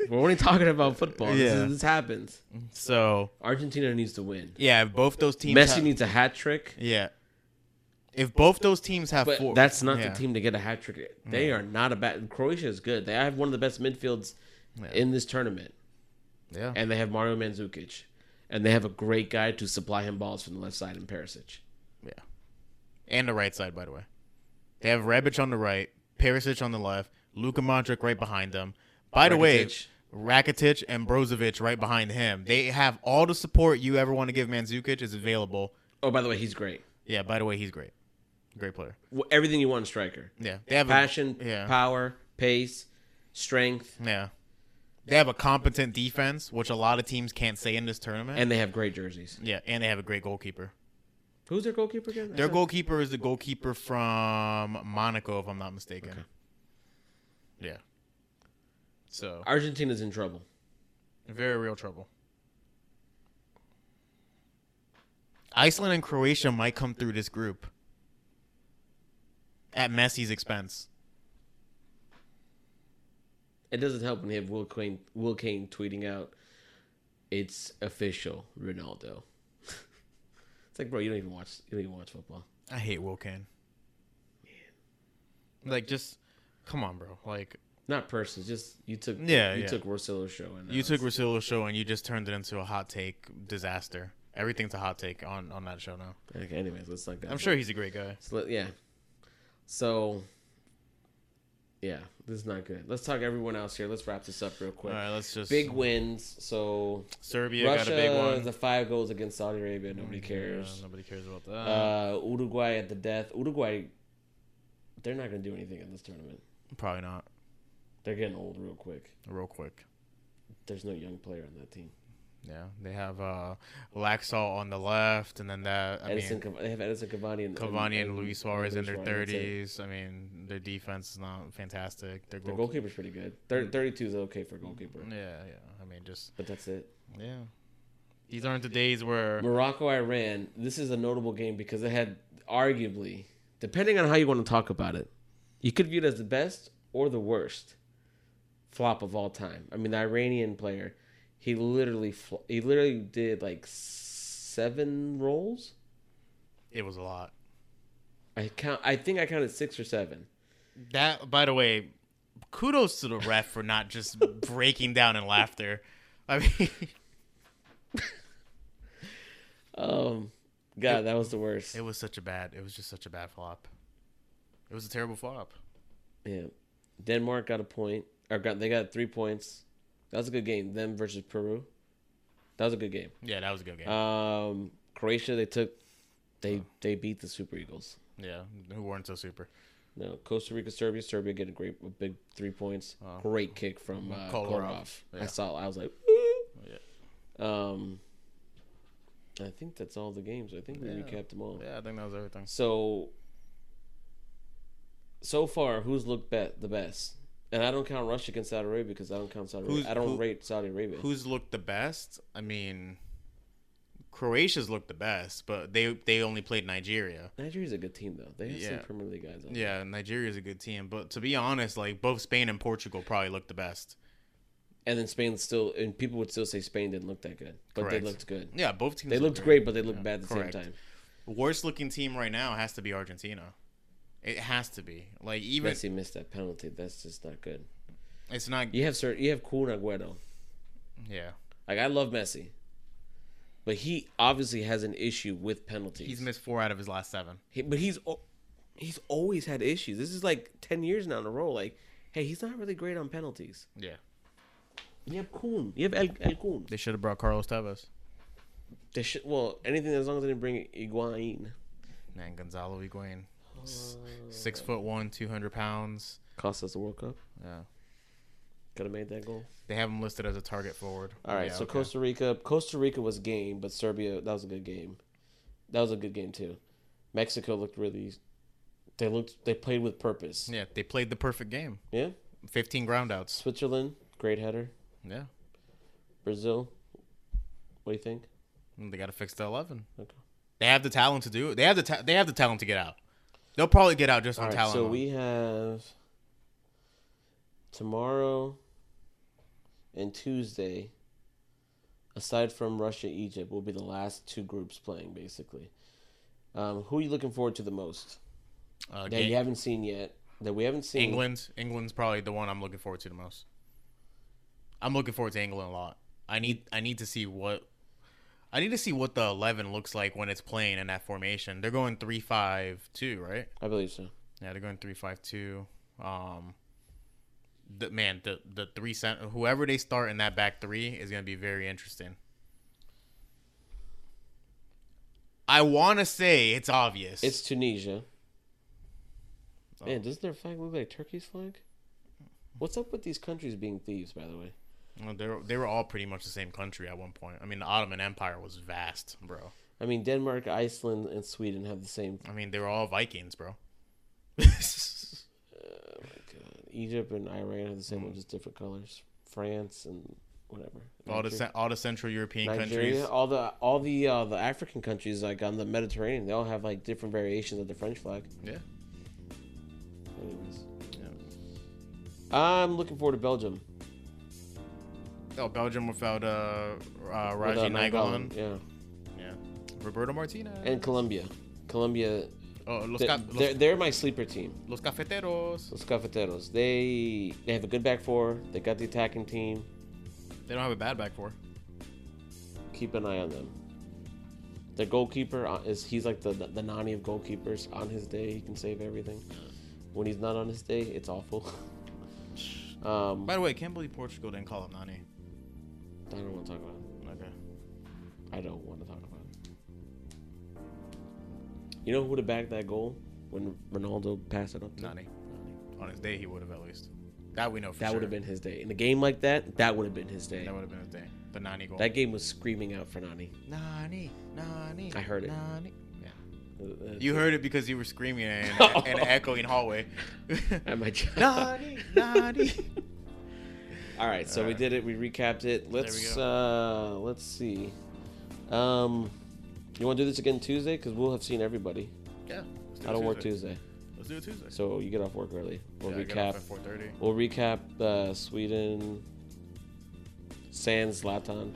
Speaker 2: We're only talking about football. This,
Speaker 3: Yeah.
Speaker 2: is, this happens.
Speaker 3: So,
Speaker 2: Argentina needs to win.
Speaker 3: yeah, if both those teams
Speaker 2: Messi
Speaker 3: have-
Speaker 2: needs a hat trick,
Speaker 3: Yeah. If both those teams have
Speaker 2: but
Speaker 3: four
Speaker 2: that's not
Speaker 3: yeah.
Speaker 2: the team to get a hat trick. They are not a bad. Croatia is good. They have one of the best midfields in this tournament,
Speaker 3: Yeah.
Speaker 2: and they have Mario Mandzukic, and they have a great guy to supply him balls from the left side in Perisic.
Speaker 3: Yeah. And the right side, by the way. They have Rebic on the right, Perisic on the left, Luka Modric right behind them. By the way,
Speaker 2: Rakitic.
Speaker 3: Rakitic and Brozovic right behind him. They have all the support you ever want to give Mandzukic is available.
Speaker 2: Oh, by the way, he's great.
Speaker 3: Yeah, by the way, he's great. Great player.
Speaker 2: W- Everything you want in a striker:
Speaker 3: Yeah. They have a-
Speaker 2: passion,
Speaker 3: Mm-hmm. yeah.
Speaker 2: power, pace, strength,
Speaker 3: yeah. They have a competent defense, which a lot of teams can't say in this tournament.
Speaker 2: and they have great jerseys.
Speaker 3: yeah, and they have a great goalkeeper.
Speaker 2: Who's their goalkeeper again? I
Speaker 3: Their
Speaker 2: said-
Speaker 3: goalkeeper is the goalkeeper from Monaco, if I'm not mistaken. Yeah. So
Speaker 2: Argentina's in trouble.
Speaker 3: very real trouble. Iceland and Croatia might come through this group at Messi's expense.
Speaker 2: It doesn't help when they have Will Kane, Will Kane tweeting out, "It's official, Ronaldo." it's like, bro, you don't even watch. You don't even watch football.
Speaker 3: I hate Wilkin. Like just come on, bro. Like
Speaker 2: Not person. it's Just you took.
Speaker 3: Yeah,
Speaker 2: you
Speaker 3: yeah.
Speaker 2: took Rossillo's show and uh,
Speaker 3: you took Rosillo's show and you just turned it into a hot take disaster. Everything's a hot take on on that show now.
Speaker 2: Okay, anyways, let's not go.
Speaker 3: I'm sure he's a great guy.
Speaker 2: So, let- yeah. So. Yeah, this is not good. Let's talk everyone else here. Let's wrap this up real
Speaker 3: All
Speaker 2: quick.
Speaker 3: right, let's just
Speaker 2: Big wins. So
Speaker 3: Serbia
Speaker 2: Russia
Speaker 3: got a big one. Mm,
Speaker 2: the five goals against Saudi Arabia. Nobody cares.
Speaker 3: Yeah, nobody cares about that.
Speaker 2: Uh, Uruguay at the death. Uruguay, they're not going to do anything in this tournament.
Speaker 3: Probably not.
Speaker 2: They're getting old real quick.
Speaker 3: Real quick.
Speaker 2: There's no young player on that team.
Speaker 3: Yeah, they have uh, Laxalt on the left, and then that I
Speaker 2: Edison, Cav- they have Edison Cavani and
Speaker 3: mean Cavani and Luis Suarez in their
Speaker 2: Luis Suarez, that's it.
Speaker 3: thirties. I mean, their defense is not fantastic. Their
Speaker 2: Their
Speaker 3: goal.
Speaker 2: goalkeeper's pretty good. Thir- 32 is okay for a goalkeeper,
Speaker 3: Yeah, yeah. I mean, just
Speaker 2: but that's it.
Speaker 3: yeah. These aren't the days where
Speaker 2: Morocco, Iran. This is a notable game because it had arguably, depending on how you want to talk about it, you could view it as the best or the worst flop of all time. I mean, the Iranian player, he literally fl- he literally did like seven rolls.
Speaker 3: it was a lot.
Speaker 2: I count. I think I counted six or seven.
Speaker 3: That, by the way, kudos to the ref for not just breaking down in laughter. I mean,
Speaker 2: Um, God, that was the worst.
Speaker 3: It was such a bad. It was just such a bad flop. It was a terrible flop.
Speaker 2: Yeah, Denmark got a point, or got they got three points. That was a good game. Them versus Peru. That was a good game.
Speaker 3: Yeah, that was a good game.
Speaker 2: Um, Croatia, they took, they they beat the Super Eagles.
Speaker 3: yeah, who weren't so super?
Speaker 2: No, Costa Rica, Serbia, Serbia get a great, a big three points. great kick from uh,
Speaker 3: Kolarov.
Speaker 2: Kolarov. I
Speaker 3: Yeah.
Speaker 2: saw. I was like, um, I think that's all the games. I think we
Speaker 3: Yeah.
Speaker 2: recapped them all.
Speaker 3: Yeah, I think that was everything.
Speaker 2: So, so far, who's looked bet the best? And I don't count Russia against Saudi Arabia because I don't count Saudi Arabia.
Speaker 3: Who's-
Speaker 2: I don't
Speaker 3: who-
Speaker 2: rate Saudi Arabia.
Speaker 3: Who's looked the best? I mean, Croatia's looked the best, but they they only played Nigeria.
Speaker 2: Nigeria's a good team though. They have some
Speaker 3: Yeah.
Speaker 2: Premier League guys. On.
Speaker 3: Yeah, Nigeria's a good team, but to be honest, like both Spain and Portugal probably looked the best.
Speaker 2: And then Spain still, and people would still say Spain didn't look that good, but
Speaker 3: Correct.
Speaker 2: they looked good.
Speaker 3: Yeah, both teams.
Speaker 2: They looked great, but they looked bad at the
Speaker 3: correct.
Speaker 2: same time.
Speaker 3: Worst looking team right now has to be Argentina. It has to be. Like even
Speaker 2: Messi missed that penalty. That's just not good.
Speaker 3: it's not.
Speaker 2: You have Sir, you have Kun Agüero.
Speaker 3: Yeah,
Speaker 2: Like I love Messi, but he obviously has an issue with penalties.
Speaker 3: he's missed four out of his last seven.
Speaker 2: He- but he's al- he's always had issues. This is like ten years now in a row. Like, hey, he's not really great on penalties.
Speaker 3: Yeah,
Speaker 2: You have Kuhn. You have El, El Kuhn.
Speaker 3: they should have brought Carlos Tevez.
Speaker 2: They should, well, anything as long as they didn't bring Iguain.
Speaker 3: Man, Gonzalo Higuain, S-
Speaker 2: Uh,
Speaker 3: six foot one, two hundred pounds.
Speaker 2: Cost us the World Cup.
Speaker 3: Yeah,
Speaker 2: Could have made that goal.
Speaker 3: they have him listed as a target forward.
Speaker 2: All right.
Speaker 3: Yeah,
Speaker 2: so
Speaker 3: okay.
Speaker 2: Costa Rica. Costa Rica was game, but Serbia. That was a good game. That was a good game too. Mexico looked really. They looked. They played with purpose.
Speaker 3: Yeah, they played the perfect game.
Speaker 2: Yeah.
Speaker 3: Fifteen groundouts.
Speaker 2: Switzerland. Great header.
Speaker 3: Yeah,
Speaker 2: Brazil. What do you think?
Speaker 3: And they got to fix the eleven.
Speaker 2: Okay.
Speaker 3: They have the talent to do it. They have the ta- they have the talent to get out. They'll probably get out just on
Speaker 2: All right,
Speaker 3: talent.
Speaker 2: so
Speaker 3: alone.
Speaker 2: we have tomorrow and Tuesday. Aside from Russia, Egypt will be the last two groups playing, basically. Um, who are you looking forward to the most
Speaker 3: uh,
Speaker 2: that
Speaker 3: Ga-
Speaker 2: you haven't seen yet? That we haven't seen.
Speaker 3: England. England's probably the one I'm looking forward to the most. I'm looking forward to England a lot. I need I need to see what I need to see what the eleven looks like when it's playing in that formation. They're going three five two, right?
Speaker 2: I believe so.
Speaker 3: Yeah, they're going three five two. Um, the man, the the three cent whoever they start in that back three is going to be very interesting. I want to say it's obvious.
Speaker 2: It's Tunisia.
Speaker 3: Oh.
Speaker 2: Man, doesn't their flag look like Turkey's flag? What's up with these countries being thieves, by the way?
Speaker 3: Well, they were, they were all pretty much the same country at one point. I mean, the Ottoman Empire was vast, bro.
Speaker 2: I mean, Denmark, Iceland, and Sweden have the same.
Speaker 3: I mean, they were all Vikings, bro.
Speaker 2: God. Egypt and Iran have the
Speaker 3: Mm.
Speaker 2: same one, just different colors. France and whatever.
Speaker 3: all the cen- all the Central European
Speaker 2: Nigeria,
Speaker 3: countries.
Speaker 2: all the all the uh, the African countries like on the Mediterranean, they all have like different variations of the French flag.
Speaker 3: Yeah.
Speaker 2: Anyways,
Speaker 3: Yeah.
Speaker 2: I'm looking forward to Belgium.
Speaker 3: Oh, Belgium without uh, uh Raji
Speaker 2: Without
Speaker 3: Nainggolan.
Speaker 2: Nainggolan, yeah,
Speaker 3: Yeah. Roberto Martinez.
Speaker 2: and Colombia. Colombia,
Speaker 3: oh, Los,
Speaker 2: they-
Speaker 3: Ca-
Speaker 2: they're,
Speaker 3: Los,
Speaker 2: they're my sleeper team.
Speaker 3: Los Cafeteros.
Speaker 2: Los Cafeteros. They they have a good back four. They got the attacking team.
Speaker 3: They don't have a bad back four.
Speaker 2: Keep an eye on them. Their goalkeeper uh, is he's like the the Nani of goalkeepers. On his day, he can save everything. When he's not on his day, it's awful. um, I
Speaker 3: By the way, I can't believe Portugal didn't call up Nani.
Speaker 2: don't want to talk about. It.
Speaker 3: Okay.
Speaker 2: I don't want to talk about. It. You know who would have backed that goal when Ronaldo passed it up? To?
Speaker 3: Nani. On his day, he would have at least. That we know for
Speaker 2: That
Speaker 3: sure.
Speaker 2: would have been his day. In a game like that, that would have been his day.
Speaker 3: That would have been his day. The Nani goal.
Speaker 2: That game was screaming out for Nani.
Speaker 3: Nani, Nani.
Speaker 2: I heard it.
Speaker 3: Nani. Yeah.
Speaker 2: Uh, uh,
Speaker 3: You heard it because you were screaming in,
Speaker 2: Oh.
Speaker 3: in an echoing hallway.
Speaker 2: at my job.
Speaker 3: Nani, Nani.
Speaker 2: All right, so we
Speaker 3: Alright.
Speaker 2: did it. We recapped it. Let's uh let's see. Um you want to do this again Tuesday cuz we'll have seen everybody.
Speaker 3: Yeah.
Speaker 2: I don't work Tuesday.
Speaker 3: Let's do it Tuesday.
Speaker 2: So you get off work early. We'll
Speaker 3: yeah, I get off
Speaker 2: recap.
Speaker 3: at 4:30.
Speaker 2: We'll recap uh, Sweden, Sans Zlatan,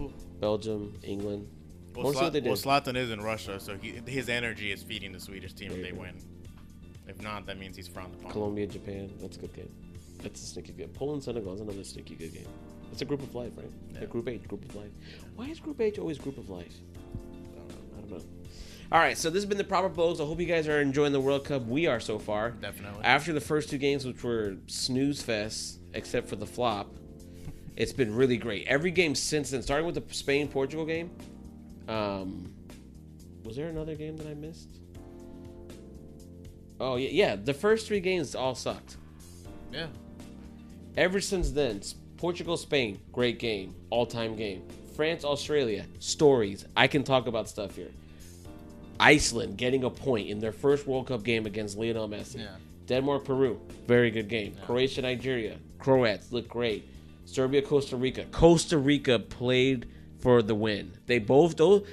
Speaker 3: Ooh.
Speaker 2: Belgium, England. I
Speaker 3: Well,
Speaker 2: wanna see what
Speaker 3: Slat-
Speaker 2: they did.
Speaker 3: well, Zlatan is in Russia, so he, his energy is feeding the Swedish team if
Speaker 2: There
Speaker 3: they
Speaker 2: you go.
Speaker 3: win. If not, that means he's frowned upon.
Speaker 2: Colombia, Japan. That's a good game. That's a sneaky good. Poland, Senegal is another sneaky good game. It's It's a group of life, right? Yeah. group H, group of life. Why is group H always group of life? I don't know. I don't know. All right, so this has been the proper blows. I hope you guys are enjoying the World Cup. We are so far.
Speaker 3: Definitely.
Speaker 2: After the first two games, which were snooze fest, except for the flop, it's been really great. Every game since then, starting with the Spain Portugal game. Um, was there another game that I missed? Oh yeah, yeah. The first three games all sucked.
Speaker 3: Yeah.
Speaker 2: Ever since then, S- Portugal, Spain, great game, all time game. France, Australia, stories. I can talk about stuff here. Iceland getting a point in their first World Cup game against Lionel Messi.
Speaker 3: Yeah.
Speaker 2: Denmark, Peru, very good game. Croatia, Nigeria, Croats look great. Serbia, Costa Rica. Costa Rica played for the win. They both those.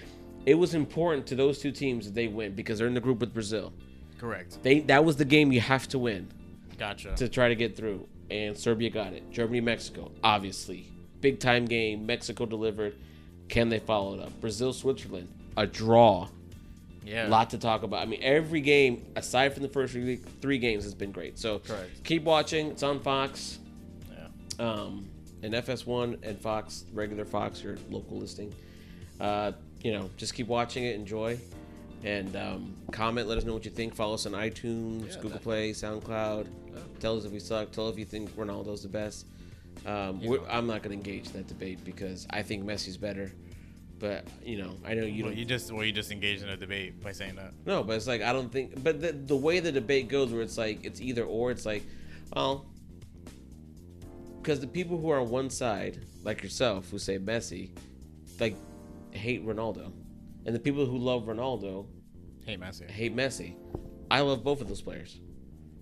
Speaker 2: It was important to those two teams that they win because they're in the group with Brazil.
Speaker 3: Correct.
Speaker 2: They that was the game you have to win
Speaker 3: Gotcha.
Speaker 2: to try to get through. And Serbia got it. Germany, Mexico, obviously. Big time game. Mexico delivered. Can they follow it up? Brazil, Switzerland, a draw.
Speaker 3: yeah.
Speaker 2: A lot to talk about. I mean, every game, aside from the first three three games, has been great. So
Speaker 3: Correct.
Speaker 2: keep watching. It's on Fox
Speaker 3: Yeah.
Speaker 2: um, and FS1 and Fox, regular Fox, your local listing. Uh, you know, just keep watching it, enjoy, and um, comment. Let us know what you think. Follow us on iTunes,
Speaker 3: Yeah,
Speaker 2: Google
Speaker 3: that-
Speaker 2: Play, SoundCloud. Tell us if we suck. Tell us if you think Ronaldo's the best. Um, we're, I'm not going to engage in that debate because I think Messi's better. But you know, I know you
Speaker 3: Well,
Speaker 2: don't.
Speaker 3: you just well, you just engaged in a debate by saying that.
Speaker 2: No, but it's like I don't think. But the, the way the debate goes, where it's like it's either or. It's like, well, because the people who are on one side, like yourself, who say Messi, like hate Ronaldo, and the people who love Ronaldo
Speaker 3: Hey, Messi.
Speaker 2: hate Messi. I love both of those players.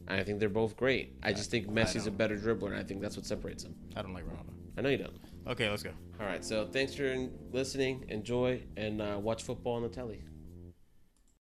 Speaker 2: I think they're both great. I just think Messi's a
Speaker 3: don't.
Speaker 2: better dribbler, and I think that's what separates them.
Speaker 3: I don't like Ronaldo.
Speaker 2: I know you don't.
Speaker 3: Okay, let's go.
Speaker 2: All right, so thanks for listening. Enjoy and uh, watch football on the telly.